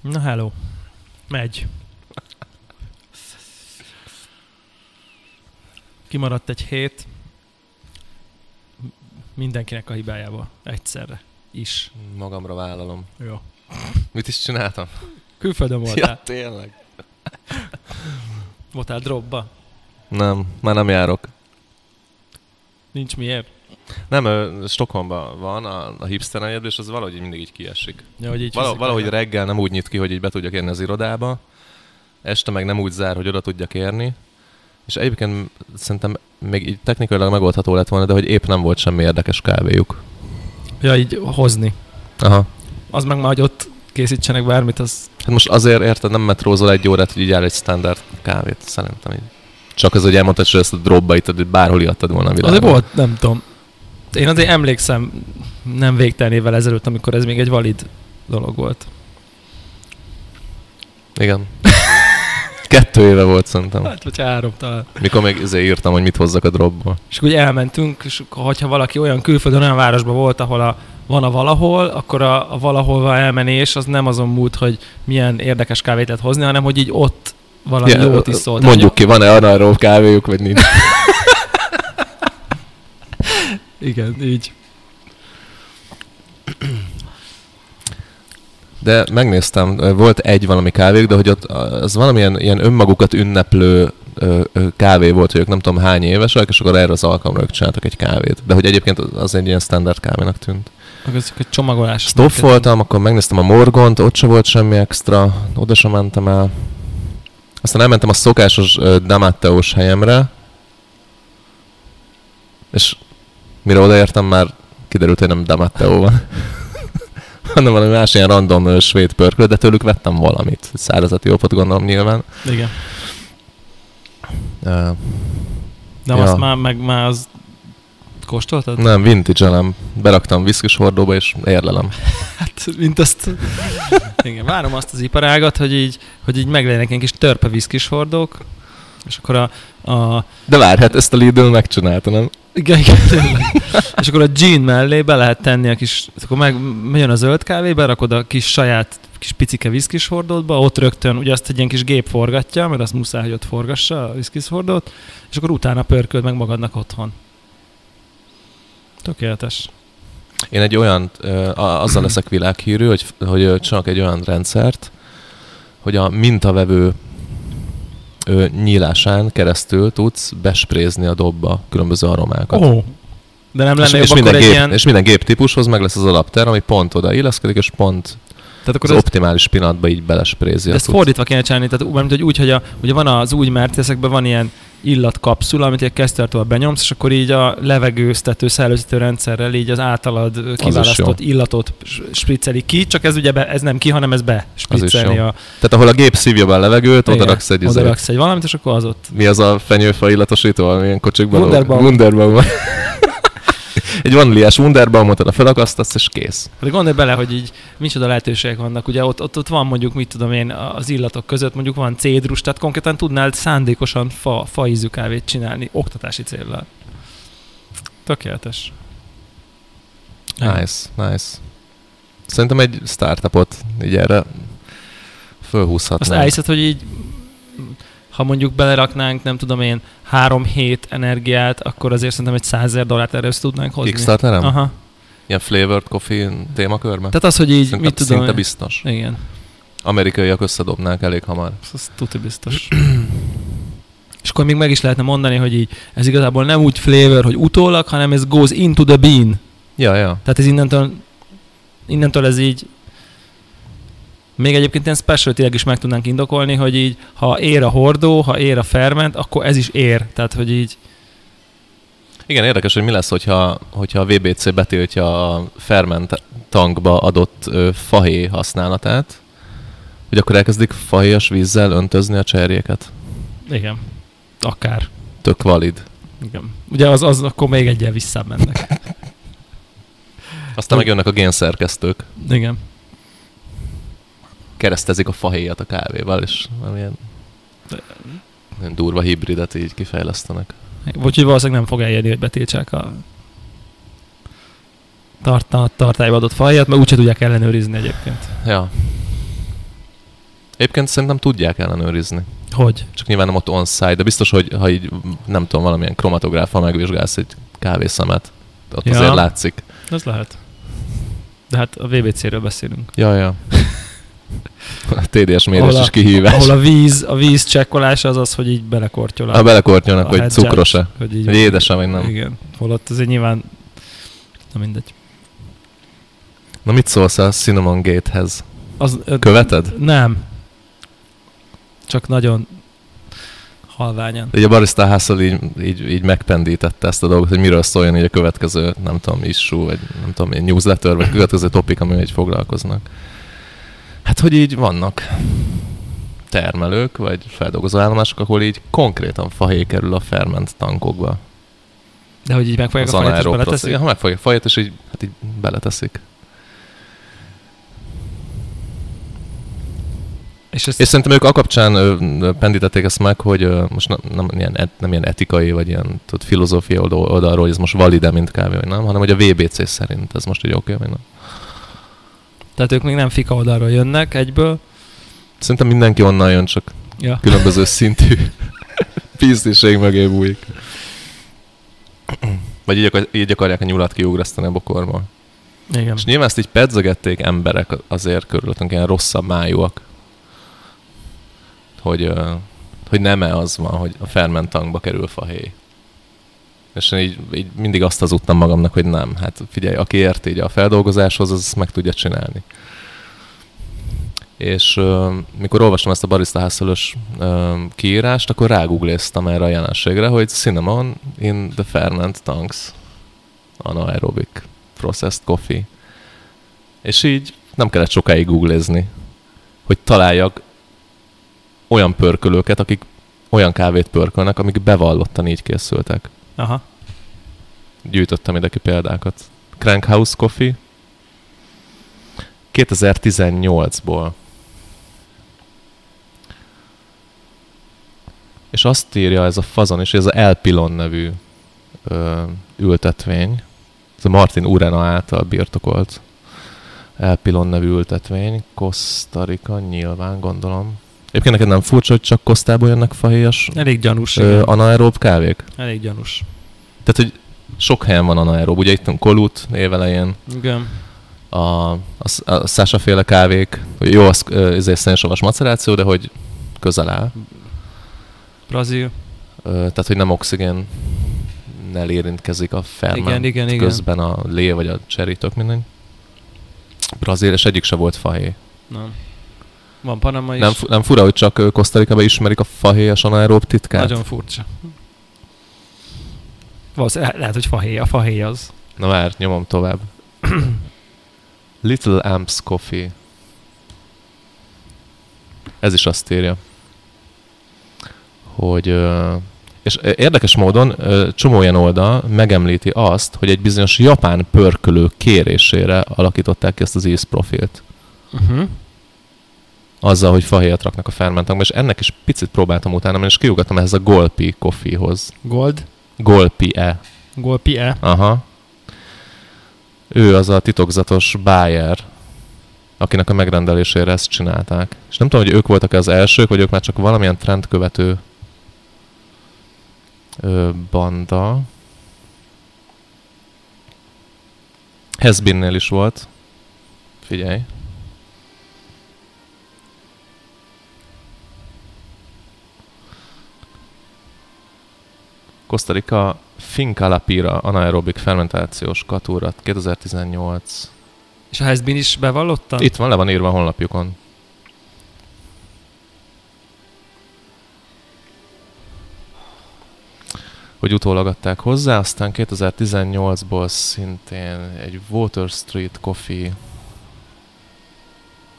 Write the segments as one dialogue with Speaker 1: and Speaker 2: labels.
Speaker 1: Na hello. Megy. Kimaradt egy hét. Mindenkinek a hibájával. Egyszerre. Is.
Speaker 2: Magamra vállalom.
Speaker 1: Jó.
Speaker 2: Mit is csináltam?
Speaker 1: Külföldön voltál.
Speaker 2: Ja, tényleg?
Speaker 1: Voltál dropba.
Speaker 2: Nem, már nem járok.
Speaker 1: Nincs miért.
Speaker 2: Nem, ö, Stockholmban van a, a hipster negyed, és az valahogy így mindig így kiesik.
Speaker 1: Ja, hogy így
Speaker 2: Vala,
Speaker 1: viszik
Speaker 2: valahogy
Speaker 1: el.
Speaker 2: reggel nem úgy nyit ki, hogy így be tudjak érni az irodába, este meg nem úgy zár, hogy oda tudjak érni, és egyébként szerintem még így technikailag megoldható lett volna, de hogy épp nem volt semmi érdekes kávéjuk.
Speaker 1: Ja, így hozni.
Speaker 2: Aha.
Speaker 1: Az meg már, hogy ott készítsenek bármit, az...
Speaker 2: Hát most azért érted, nem metrózol egy órát, hogy így áll egy standard kávét, szerintem így. Csak az, hogy elmondtad, hogy ezt a dropba itt, hogy bárhol ihattad volna a
Speaker 1: Azért
Speaker 2: világon.
Speaker 1: volt, nem tudom. Én azért emlékszem nem végtelen évvel ezelőtt, amikor ez még egy valid dolog volt.
Speaker 2: Igen. Kettő éve volt szerintem,
Speaker 1: Hát, vagy három talán.
Speaker 2: mikor még azért írtam, hogy mit hozzak a dropból.
Speaker 1: És akkor ugye elmentünk, és akkor, hogyha valaki olyan külföldön, olyan városban volt, ahol a, van a valahol, akkor a, a valaholva elmenés az nem azon múlt, hogy milyen érdekes kávét lehet hozni, hanem hogy így ott valami yeah, jót is szólt.
Speaker 2: Mondjuk ki, van-e arra kávéjuk, vagy nincs.
Speaker 1: Igen, így.
Speaker 2: De megnéztem, ö, volt egy valami kávék, de hogy ott ö, az valamilyen ilyen önmagukat ünneplő ö, ö, kávé volt, hogy ők nem tudom hány évesek, és akkor erre az alkalomra ők csináltak egy kávét. De hogy egyébként az- az egy ilyen standard kávénak tűnt.
Speaker 1: Akkor ez csak egy csomagolás.
Speaker 2: Stoffoltam, akkor megnéztem a Morgont, ott se volt semmi extra, oda sem mentem el. Aztán elmentem a szokásos ö, Damatteós helyemre, és mire odaértem már kiderült, hogy nem Damatteo van, hanem valami más ilyen random ö, svéd pörkölt, de tőlük vettem valamit. Szárazati jópot gondolom nyilván.
Speaker 1: Igen.
Speaker 2: Ö,
Speaker 1: De ja.
Speaker 2: Ja.
Speaker 1: azt már, meg már az kóstoltad?
Speaker 2: Nem, vintage elem. Beraktam viszkis hordóba, és érlelem.
Speaker 1: Hát, mint azt... Igen, várom azt az iparágat, hogy így, hogy így meg legyenek ilyen kis törpe viszkis hordók, és akkor a, a
Speaker 2: De várj, hát ezt a Lidl megcsinálta, nem?
Speaker 1: Igen, igen, tényleg. És akkor a gin mellé be lehet tenni a kis, akkor meg megjön a zöld kávé, berakod a kis saját kis picike viszkis hordótba, ott rögtön, ugye azt egy ilyen kis gép forgatja, mert azt muszáj, hogy ott forgassa a viszkis hordót, és akkor utána pörköld meg magadnak otthon. Tökéletes.
Speaker 2: Én egy olyan, ö, a- azzal leszek világhírű, hogy, hogy ö, csinálok egy olyan rendszert, hogy a mintavevő ö, nyílásán keresztül tudsz besprézni a dobba különböző aromákat.
Speaker 1: Oh. De nem
Speaker 2: és,
Speaker 1: lenne jobb
Speaker 2: és,
Speaker 1: akkor
Speaker 2: minden
Speaker 1: egy
Speaker 2: gép,
Speaker 1: ilyen...
Speaker 2: és minden gép típushoz meg lesz az alapter, ami pont oda illeszkedik, és pont
Speaker 1: Tehát akkor
Speaker 2: az
Speaker 1: ez,
Speaker 2: optimális pillanatban így belesprézi.
Speaker 1: de
Speaker 2: a
Speaker 1: ezt
Speaker 2: cucc.
Speaker 1: fordítva kéne csinálni, tehát úgy, mint hogy úgy, hogy a, ugye van az új mercedesekben van ilyen illatkapszula, amit egy kesztyűtől benyomsz, és akkor így a levegőztető, szellőztető rendszerrel így az általad ö,
Speaker 2: is
Speaker 1: kiválasztott illatot s- spricceli ki, csak ez ugye be, ez nem ki, hanem ez be spriccelni
Speaker 2: jó.
Speaker 1: a...
Speaker 2: Tehát ahol a gép szívja be a levegőt,
Speaker 1: Igen,
Speaker 2: oda raksz egy izé-
Speaker 1: odaraksz egy valamit, és akkor az ott.
Speaker 2: Mi az a fenyőfa illatosító, ami ilyen kocsikban?
Speaker 1: Wunderbaum.
Speaker 2: Wunderbaum. egy vanliás Wunderbaumot oda felakasztasz, és kész.
Speaker 1: Hát gondolj bele, hogy így micsoda lehetőségek vannak. Ugye ott, ott, ott van mondjuk, mit tudom én, az illatok között mondjuk van cédrus, tehát konkrétan tudnál szándékosan fa, fa ízű kávét csinálni oktatási célral. Tökéletes. Nem.
Speaker 2: Nice, nice. Szerintem egy startupot így erre
Speaker 1: Azt
Speaker 2: fölhúzhatnánk.
Speaker 1: elhiszed, hogy így, ha mondjuk beleraknánk, nem tudom én, három hét energiát, akkor azért szerintem egy százer dollárt erre össze tudnánk hozni.
Speaker 2: Kickstarterem? Aha.
Speaker 1: Aha.
Speaker 2: Ilyen flavored coffee témakörben?
Speaker 1: Tehát az, hogy így,
Speaker 2: Szerintem
Speaker 1: mit tudom
Speaker 2: szinte
Speaker 1: én.
Speaker 2: biztos.
Speaker 1: Igen,
Speaker 2: Amerikaiak összedobnák elég hamar.
Speaker 1: az tuti biztos. És akkor még meg is lehetne mondani, hogy így, ez igazából nem úgy flavor, hogy utólag, hanem ez goes into the bean.
Speaker 2: Ja, ja.
Speaker 1: Tehát ez innentől, innentől ez így, még egyébként ilyen specialty is meg tudnánk indokolni, hogy így, ha ér a hordó, ha ér a ferment, akkor ez is ér. Tehát, hogy így
Speaker 2: Igen, érdekes, hogy mi lesz, hogyha, hogyha a VBC betiltja a ferment tankba adott ö, fahé használatát, hogy akkor elkezdik fahéjas vízzel öntözni a cserjéket.
Speaker 1: Igen. Akár.
Speaker 2: Tök valid.
Speaker 1: Igen. Ugye az, az akkor még egyel visszamennek. Hm.
Speaker 2: Aztán megjönnek a génszerkesztők,
Speaker 1: Igen.
Speaker 2: keresztezik a fahéjat a kávéval, és valamilyen ilyen durva hibridet így kifejlesztenek.
Speaker 1: Úgyhogy valószínűleg nem fog elérni, hogy betiltsák a tartá, tartályba adott fajját, mert úgyse tudják ellenőrizni egyébként.
Speaker 2: Ja. Egyébként szerintem tudják ellenőrizni.
Speaker 1: Hogy?
Speaker 2: Csak nyilván nem ott on-site, de biztos, hogy ha így, nem tudom, valamilyen kromatográffal megvizsgálsz egy kávészemet, ott
Speaker 1: Ja.
Speaker 2: ja. azért látszik.
Speaker 1: Az lehet. De hát a VBC-ről beszélünk.
Speaker 2: Ja, ja. A TDS
Speaker 1: Ahol
Speaker 2: mérés
Speaker 1: a-
Speaker 2: is kihívás.
Speaker 1: Ahol a víz, a víz csekkolása az az, hogy így belekortyol.
Speaker 2: a belekortyolnak,
Speaker 1: a
Speaker 2: hogy
Speaker 1: headset.
Speaker 2: cukros-e,
Speaker 1: hogy így
Speaker 2: hogy édes-e, vagy nem.
Speaker 1: Igen. Holott azért nyilván, na mindegy.
Speaker 2: Na mit szólsz a Cinnamon Gate-hez?
Speaker 1: Az, ö,
Speaker 2: Követed?
Speaker 1: nem. Csak nagyon halványan.
Speaker 2: Így a Barista Hustle így, így, így megpendítette ezt a dolgot, hogy miről szóljon így a következő, nem tudom, issú, vagy nem tudom, ilyen newsletter, vagy következő topik, amivel így foglalkoznak. Hát, hogy így vannak termelők, vagy feldolgozó állomások, ahol így konkrétan fahéj kerül a ferment tankokba.
Speaker 1: De hogy így megfogják
Speaker 2: az
Speaker 1: a fajt, és
Speaker 2: anaerob process-
Speaker 1: beleteszik?
Speaker 2: Igen, Ha megfogják a fajt, és így, hát így beleteszik.
Speaker 1: És ezt,
Speaker 2: És szerintem ők a kapcsán ö, ö, pendítették ezt meg, hogy ö, most nem, nem, ilyen, et, nem ilyen etikai, vagy ilyen tudod, filozófia oldal- oldalról, hogy ez most valide, mint kávé, vagy nem, hanem hogy a VBC szerint ez most így oké, vagy nem.
Speaker 1: tehát ők még nem fika oldalról jönnek egyből.
Speaker 2: Szerintem mindenki onnan jön, csak
Speaker 1: Ja.
Speaker 2: különböző szintű píztiség mögé bújik. Vagy így, akar, így akarják a nyulat kiugrasztani a bokorból.
Speaker 1: Igen.
Speaker 2: És nyilván ezt így pedzegették emberek azért körülöttünk, ilyen rosszabb májúak, hogy, ö, hogy nem-e az van, hogy a fermentankba kerül fahéj. És én így, így mindig azt hazudtam magamnak, hogy nem. Hát figyelj, aki ért így a feldolgozáshoz, az ezt meg tudja csinálni. És ö, mikor olvastam ezt a barista hustle-ös, ö, kiírást, akkor rágugliztam erre a jelenségre, hogy cinnamon in the ferment tanks anaerobic processed coffee. És így nem kellett sokáig googlezni, hogy találjak olyan pörkölőket, akik olyan kávét pörkölnek, amik bevallottan így készültek.
Speaker 1: Aha.
Speaker 2: Gyűjtöttem ide ki példákat. Crankhouse Coffee 2018-ból. És azt írja ez a fazon is, hogy ez a El Pilon nevű ö, ültetvény, ez a Martin Urena által birtokolt El Pilon nevű ültetvény, Kosztarika nyilván gondolom. Egyébként neked nem furcsa, hogy csak Kosztából jönnek fahéjas
Speaker 1: Elég gyanús.
Speaker 2: ö,
Speaker 1: igen.
Speaker 2: anaerób kávék?
Speaker 1: Elég gyanús.
Speaker 2: Tehát, hogy sok helyen van anaerób. Ugye itt a Kolut névelején,
Speaker 1: Igen.
Speaker 2: a, a, a Sasha féle kávék, jó, az ö, ez egy szénsavas maceráció, de hogy közel áll.
Speaker 1: Brazil.
Speaker 2: Ö, Tehát, hogy nem oxigén nel érintkezik a ferment
Speaker 1: Igen, igen, igen.
Speaker 2: közben a lé vagy a cseri, tök mindegy. Brazil, és egyik se volt fahéj.
Speaker 1: Nem. Van Panama is.
Speaker 2: Nem, fu- nem fura, hogy csak ö, Kosztarikában ismerik a fahéjas anaerób titkát?
Speaker 1: Nagyon furcsa. Valószínűleg, lehet, hogy fahéj, a fahéj az.
Speaker 2: Na már, nyomom tovább. Little Amps Coffee. Ez is azt írja, hogy... ö, És ö, érdekes módon ö, csomó olyan oldal megemlíti azt, hogy egy bizonyos japán pörkölő kérésére alakították ki ezt az ízprofilt. Mhm.
Speaker 1: Uh-huh.
Speaker 2: Azzal, hogy fahéjat raknak a fermentangba, és ennek is picit próbáltam utána, menni, és kiugattam ehhez a Golpi Coffeehoz.
Speaker 1: Gold.
Speaker 2: Golpi-e.
Speaker 1: Gold E. PE.
Speaker 2: Aha. Ő az a titokzatos buyer, akinek a megrendelésére ezt csinálták. És nem tudom, hogy ők voltak az elsők, vagy ők már csak valamilyen trendkövető ö, banda. Hezbinnél is volt. Figyelj. Kosztarika Finca La Pira anaerobik fermentációs katúrat 2018.
Speaker 1: És a Hezbin is bevallotta?
Speaker 2: Itt van, le van írva a honlapjukon. Hogy utólag adták hozzá, aztán 2018-ból szintén egy Water Street Coffee.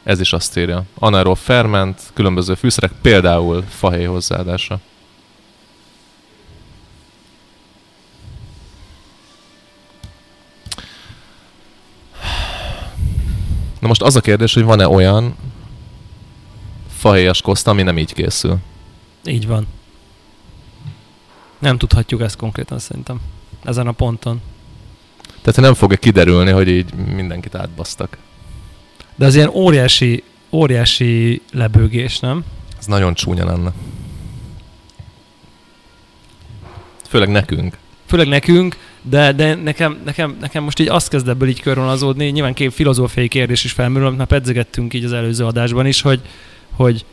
Speaker 2: Ez is azt írja. Anaerob ferment, különböző fűszerek, például fahéj hozzáadása. Na most az a kérdés, hogy van-e olyan fahéjas koszta, ami nem így készül.
Speaker 1: Így van. Nem tudhatjuk ezt konkrétan szerintem. Ezen a ponton.
Speaker 2: Tehát nem fog kiderülni, hogy így mindenkit átbasztak.
Speaker 1: De az ilyen óriási óriási lebőgés, nem?
Speaker 2: Ez nagyon csúnya lenne. Főleg nekünk.
Speaker 1: Főleg nekünk, de, de nekem, nekem, nekem, most így azt kezd ebből így körvonalazódni, nyilván két filozófiai kérdés is felmerül, amit már pedzegettünk így az előző adásban is, hogy, hogy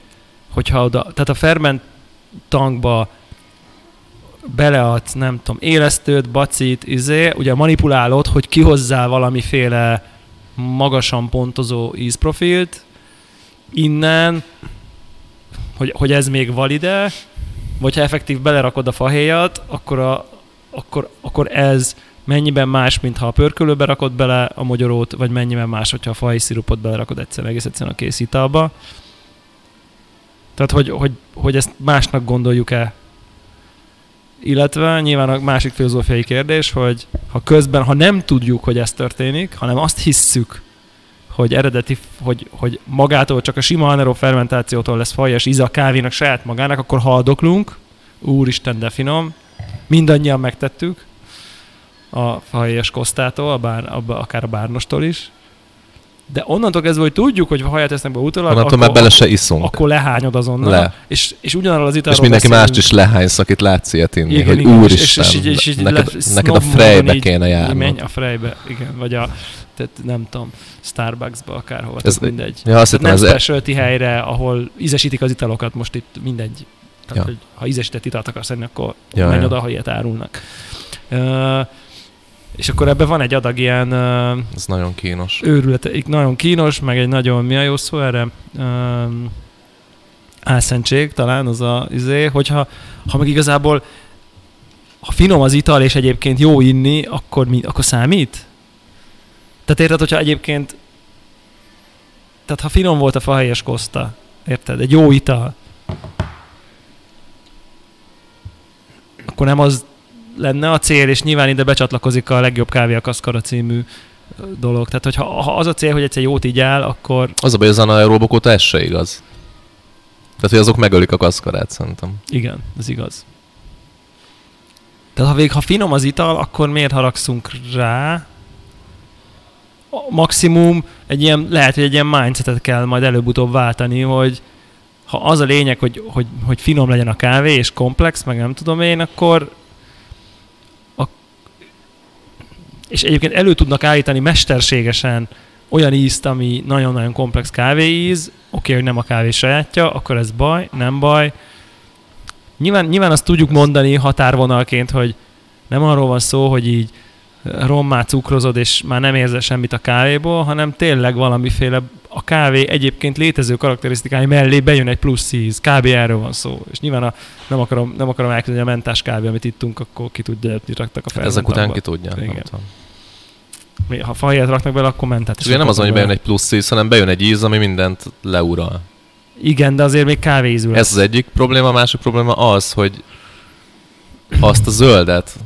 Speaker 1: hogyha oda, tehát a ferment tankba beleadsz, nem tudom, élesztőt, bacit, izé, ugye manipulálod, hogy kihozzál valamiféle magasan pontozó ízprofilt, innen, hogy, hogy ez még valide, vagy ha effektív belerakod a fahéjat, akkor, a, akkor, akkor ez mennyiben más, mint ha a pörkölőbe rakod bele a magyarót, vagy mennyiben más, hogyha a fahéj szirupot belerakod egyszer egész egyszerűen a készítalba. Tehát, hogy, hogy, hogy ezt másnak gondoljuk-e illetve nyilván a másik filozófiai kérdés, hogy ha közben, ha nem tudjuk, hogy ez történik, hanem azt hisszük, hogy eredeti, hogy, hogy magától csak a sima anaerofermentációtól lesz fajas íze a kávénak saját magának, akkor haldoklunk, úristen, de finom, mindannyian megtettük, a fahéjas kosztától, a bár, a, akár a bárnostól is, de onnantól kezdve, hogy tudjuk, hogy ha haját esznek be utólag,
Speaker 2: Onnantól már bele se iszunk.
Speaker 1: akkor lehányod azonnal.
Speaker 2: Le.
Speaker 1: És, és ugyanarról az italról
Speaker 2: és mindenki
Speaker 1: beszélünk.
Speaker 2: mást is lehánysz, akit látsz ilyet inni,
Speaker 1: Igen,
Speaker 2: hogy
Speaker 1: igen, és-
Speaker 2: úristen,
Speaker 1: és- és- és így
Speaker 2: neked,
Speaker 1: lesz-
Speaker 2: neked a
Speaker 1: snob
Speaker 2: frejbe
Speaker 1: módon így-
Speaker 2: kéne
Speaker 1: Így Menj
Speaker 2: járnod.
Speaker 1: a Frejbe, igen, vagy a, tehát nem tudom, Starbucksba, akárhova,
Speaker 2: Ez- e-
Speaker 1: ez mindegy.
Speaker 2: Ja,
Speaker 1: Tehát
Speaker 2: azt hittem,
Speaker 1: nem
Speaker 2: ez,
Speaker 1: specialty helyre, ahol ízesítik az italokat, most itt mindegy. Tehát,
Speaker 2: Ja.
Speaker 1: hogy ha ízesített italt akarsz enni, akkor
Speaker 2: Ja,
Speaker 1: ja, menj
Speaker 2: ja.
Speaker 1: oda, ahol ilyet árulnak. Ö, és akkor ebben van egy adag ilyen ö,
Speaker 2: ez nagyon kínos.
Speaker 1: őrület, egy nagyon kínos, meg egy nagyon, mi a jó szó erre? Um, álszentség talán az a, izé, hogyha ha meg igazából ha finom az ital, és egyébként jó inni, akkor, mi, akkor számít? Tehát érted, hogyha egyébként tehát ha finom volt a fahelyes koszta, érted, egy jó ital, akkor nem az lenne a cél, és nyilván ide becsatlakozik a legjobb kávé a kaszkara című dolog. Tehát, hogyha ha az a cél, hogy egyszer jót így áll, akkor
Speaker 2: Az a baj, az anaeróbok óta ez se igaz. Tehát, hogy azok megölik a kaszkarát, szerintem. Hát
Speaker 1: igen, ez igaz. Tehát, ha végig, ha finom az ital, akkor miért haragszunk rá? A maximum egy ilyen, lehet, hogy egy ilyen mindsetet kell majd előbb-utóbb váltani, hogy ha az a lényeg, hogy, hogy, hogy finom legyen a kávé, és komplex, meg nem tudom én, akkor ak- és egyébként elő tudnak állítani mesterségesen olyan ízt, ami nagyon-nagyon komplex kávéíz, oké, hogy nem a kávé sajátja, akkor ez baj, nem baj. Nyilván, nyilván azt tudjuk mondani határvonalként, hogy nem arról van szó, hogy így rommá cukrozod, és már nem érzel semmit a kávéból, hanem tényleg valamiféle a kávé egyébként létező karakterisztikái mellé bejön egy plusz íz. Kb. erről van szó. És nyilván a, nem akarom, nem akarom elkezdeni a mentás kávé, amit ittunk, akkor ki tudja, mit raktak a
Speaker 2: Hát ezek után
Speaker 1: fermentálba.
Speaker 2: ki tudja. Nem
Speaker 1: Igen.
Speaker 2: tudom.
Speaker 1: Mi- ha fahelyet raknak bele, akkor mentet.
Speaker 2: És ugye nem az, hogy bejön egy plusz íz, hanem bejön egy íz, ami mindent leural.
Speaker 1: Igen, de azért még kávéízű lesz.
Speaker 2: Ez az egyik probléma, a másik probléma az, hogy azt a zöldet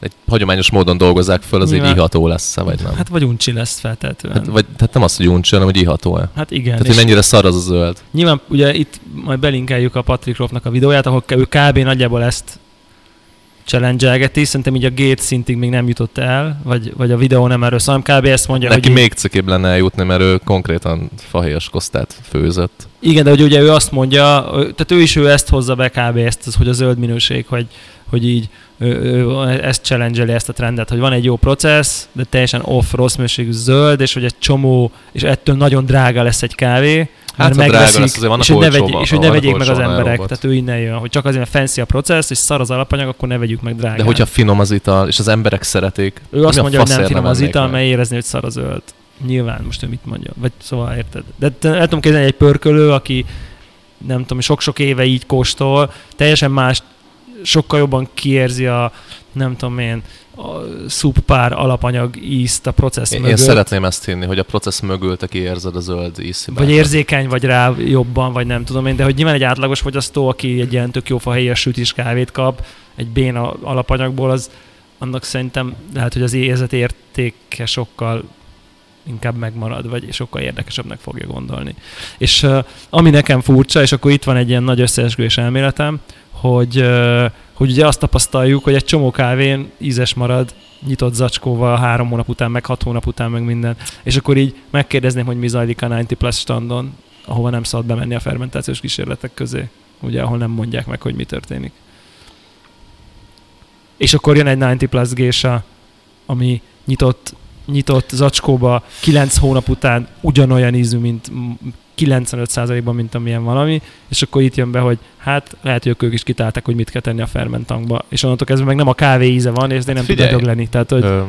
Speaker 2: egy hagyományos módon dolgozzák föl, az egy
Speaker 1: Nyilván.
Speaker 2: iható lesz vagy nem. Hát,
Speaker 1: Hát vagy uncsi lesz feltétlenül. Hát,
Speaker 2: vagy, tehát nem az, hogy uncsi, hanem hogy iható-e.
Speaker 1: hát igen.
Speaker 2: Tehát,
Speaker 1: és
Speaker 2: hogy mennyire szar az a zöld.
Speaker 1: Nyilván ugye itt majd belinkeljük a Patrick Roffnak a videóját, ahol ő kb. nagyjából ezt challenge-elgeti. Szerintem így a gate szintig még nem jutott el, vagy, vagy a videó nem erről szól, hanem kb. ezt mondja,
Speaker 2: Neki
Speaker 1: hogy így-
Speaker 2: még cikibb lenne eljutni, mert ő konkrétan fahéjas kosztát főzött.
Speaker 1: Igen, de hogy ugye ő azt mondja, ö, tehát ő is ő ezt hozza be kb. ezt, az, hogy a zöld minőség, hogy, hogy így ő, ő, ezt challenge ezt a trendet, hogy van egy jó processz, de teljesen off, rossz minőségű zöld, és hogy egy csomó, és ettől nagyon drága lesz egy kávé,
Speaker 2: Hát,
Speaker 1: mert
Speaker 2: ha drága
Speaker 1: megveszik,
Speaker 2: lesz, azért vannak
Speaker 1: és hogy ne, vegy,
Speaker 2: olcsóban-
Speaker 1: és hogy ne
Speaker 2: vannak
Speaker 1: vegyék meg az
Speaker 2: olcsóban
Speaker 1: emberek,
Speaker 2: robot.
Speaker 1: tehát ő innen jön, hogy csak azért, mert fancy a processz, és szar az alapanyag, akkor ne vegyük meg drágán.
Speaker 2: De hogyha finom az ital, és az emberek szeretik,
Speaker 1: Ő azt
Speaker 2: mi
Speaker 1: mondja,
Speaker 2: a
Speaker 1: hogy nem
Speaker 2: faszért
Speaker 1: finom az
Speaker 2: ennék
Speaker 1: ital,
Speaker 2: meg?
Speaker 1: mert érezni, hogy szar a zöld. Nyilván most ő mit mondja. Vagy szóval érted. De te- el tudom képzelni egy pörkölő, aki nem tudom, sok-sok éve így kóstol, teljesen más, sokkal jobban kiérzi a, nem tudom én, a szuppár alapanyag ízt a processz
Speaker 2: Én, én
Speaker 1: mögött.
Speaker 2: szeretném ezt hinni, hogy a processz mögül te kiérzed a zöld ízhibát.
Speaker 1: Vagy érzékeny vagy rá jobban, vagy nem tudom én, de hogy nyilván egy átlagos fogyasztó, aki egy ilyen tök jó fahéjas sütis kávét kap, egy béna alapanyagból, az annak szerintem lehet, hogy az érzet értéke sokkal inkább megmarad, vagy sokkal érdekesebbnek fogja gondolni. És uh, ami nekem furcsa, és akkor itt van egy ilyen nagy összeesküvés elméletem, hogy, uh, hogy ugye azt tapasztaljuk, hogy egy csomó kávén ízes marad, nyitott zacskóval három hónap után, meg hat hónap után, meg minden. És akkor így megkérdezném, hogy mi zajlik a 90 plus standon, ahova nem szabad bemenni a fermentációs kísérletek közé, ugye, ahol nem mondják meg, hogy mi történik. És akkor jön egy 90 plus gésa, ami nyitott, nyitott zacskóba 9 hónap után ugyanolyan ízű, mint 95%-ban, mint amilyen valami, és akkor itt jön be, hogy hát lehet, hogy ők is kitálták, hogy mit kell tenni a fermentankba, és onnantól kezdve meg nem a kávé íze van, és én nem
Speaker 2: Hát Figyelj.
Speaker 1: tudom dögleni. Tehát, hogy
Speaker 2: Ö,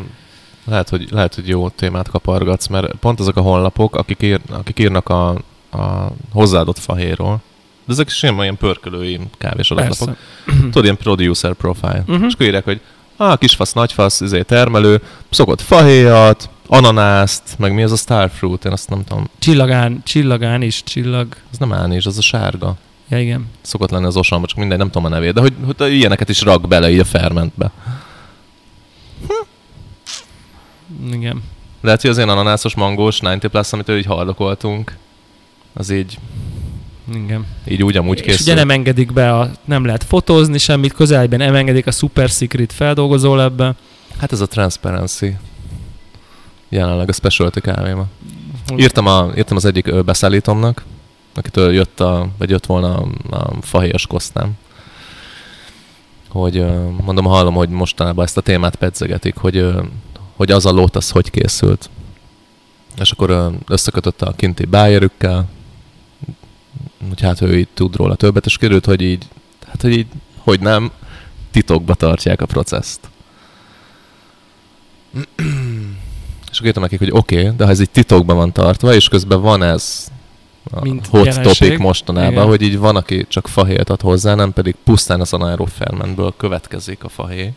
Speaker 2: lehet, hogy, lehet, hogy jó témát kapargatsz, mert pont azok a honlapok, akik, ír, akik írnak a, a hozzáadott fahéról, de ezek sem olyan pörkölői kávés
Speaker 1: persze.
Speaker 2: alapok. Tudod, ilyen producer profile.
Speaker 1: Mhm.
Speaker 2: Uh-huh. És akkor írják, hogy á, kisfasz, nagyfasz, izé, termelő, szokott fahéjat, ananászt, meg mi az a starfruit, én azt nem tudom,
Speaker 1: Csillagán, csillagán is, csillag.
Speaker 2: az nem ánizs, az a sárga.
Speaker 1: Ja, igen.
Speaker 2: Szokott lenni az osamba, csak mindegy, nem tudom a nevét, de hogy, hogy ilyeneket is rak bele így a fermentbe.
Speaker 1: Igen.
Speaker 2: Lehet, hogy az én ananászos mangós 90 plus, amit így haldokoltunk, az így,
Speaker 1: Igen.
Speaker 2: így úgy amúgy
Speaker 1: és
Speaker 2: készül.
Speaker 1: ugye nem engedik be, a, nem lehet fotózni semmit, közelben nem engedik a Super Secret feldolgozó ebbe.
Speaker 2: Hát ez a transparency. Jelenleg a specialty kávéma. Írtam, a, írtam az egyik ö, beszállítomnak, akitől jött, a, vagy jött volna a, a fahéjas kosztám, hogy ö, mondom, hallom, hogy mostanában ezt a témát pedzegetik, hogy, ö, hogy az a lót, az hogy készült. És akkor ö, összekötötte a kinti bájerükkel, hogy hát ő így tud róla többet, és került, hogy így, hát hogy így, hogy nem, titokba tartják a processzt. És akkor írtam nekik, hogy oké, okay, de ha ez így titokban van tartva, és közben van ez a
Speaker 1: Mint
Speaker 2: hot
Speaker 1: jelenség.
Speaker 2: topic mostanában,
Speaker 1: Igen.
Speaker 2: hogy így van, aki csak fahéjat ad hozzá, nem pedig pusztán az anaerob fermentből következik a fahéj.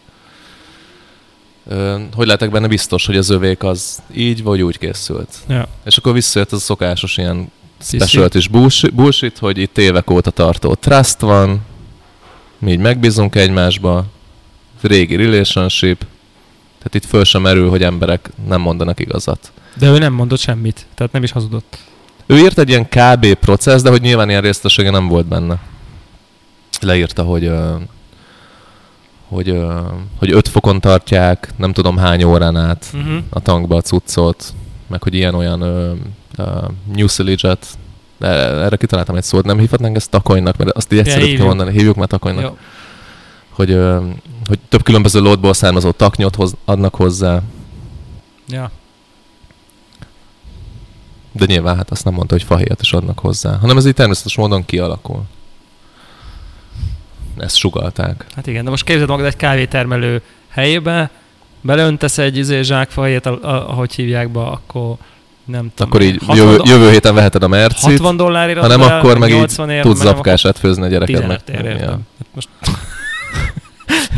Speaker 2: Ö, Hogy lehetek benne biztos, hogy az övék az így vagy úgy készült?
Speaker 1: Ja.
Speaker 2: És akkor visszajött az a szokásos ilyen
Speaker 1: Sissi.
Speaker 2: specialt is bullshit, bullshit, hogy itt évek óta tartó trust van, mi így megbízunk egymásba, régi relationship, tehát itt föl sem merül, hogy emberek nem mondanak igazat.
Speaker 1: De ő nem mondott semmit, tehát nem is hazudott.
Speaker 2: Ő írt egy ilyen KB processz, de hogy nyilván ilyen résztessége nem volt benne. Leírta, hogy ö, hogy, ö, hogy öt fokon tartják, nem tudom hány órán át,
Speaker 1: Uh-huh.
Speaker 2: a tankba a cuccot, meg hogy ilyen-olyan ö, ö, newsilage-et, E- erre kitaláltam egy szót, nem hívhatnánk ezt takonynak, mert azt így egyszerűbb kell
Speaker 1: hívjuk.
Speaker 2: mondani, hívjuk már takonynak,
Speaker 1: Jó.
Speaker 2: hogy, ö, hogy több különböző lótból származó taknyot hoz, adnak hozzá,
Speaker 1: Ja.
Speaker 2: de nyilván hát azt nem mondta, hogy fahéjat is adnak hozzá, hanem ez így természetes módon kialakul. Ezt sugalták.
Speaker 1: Hát igen, de most képzeld magad egy kávétermelő helyébe, beleöntesz egy izé, zsákfahelyet, a- a- ahogy hívják be, akkor nem tudom.
Speaker 2: Hát Akkor így
Speaker 1: hatvan
Speaker 2: jövő,
Speaker 1: do-
Speaker 2: jövő héten veheted a mercit,
Speaker 1: 60 dollárért,
Speaker 2: ha nem,
Speaker 1: adod el,
Speaker 2: akkor meg így
Speaker 1: 80 ért,
Speaker 2: tudsz
Speaker 1: meg nem, akkor
Speaker 2: zapkását főzni a gyerekednek.
Speaker 1: 15 ér,
Speaker 2: Ja.
Speaker 1: értem. Hát most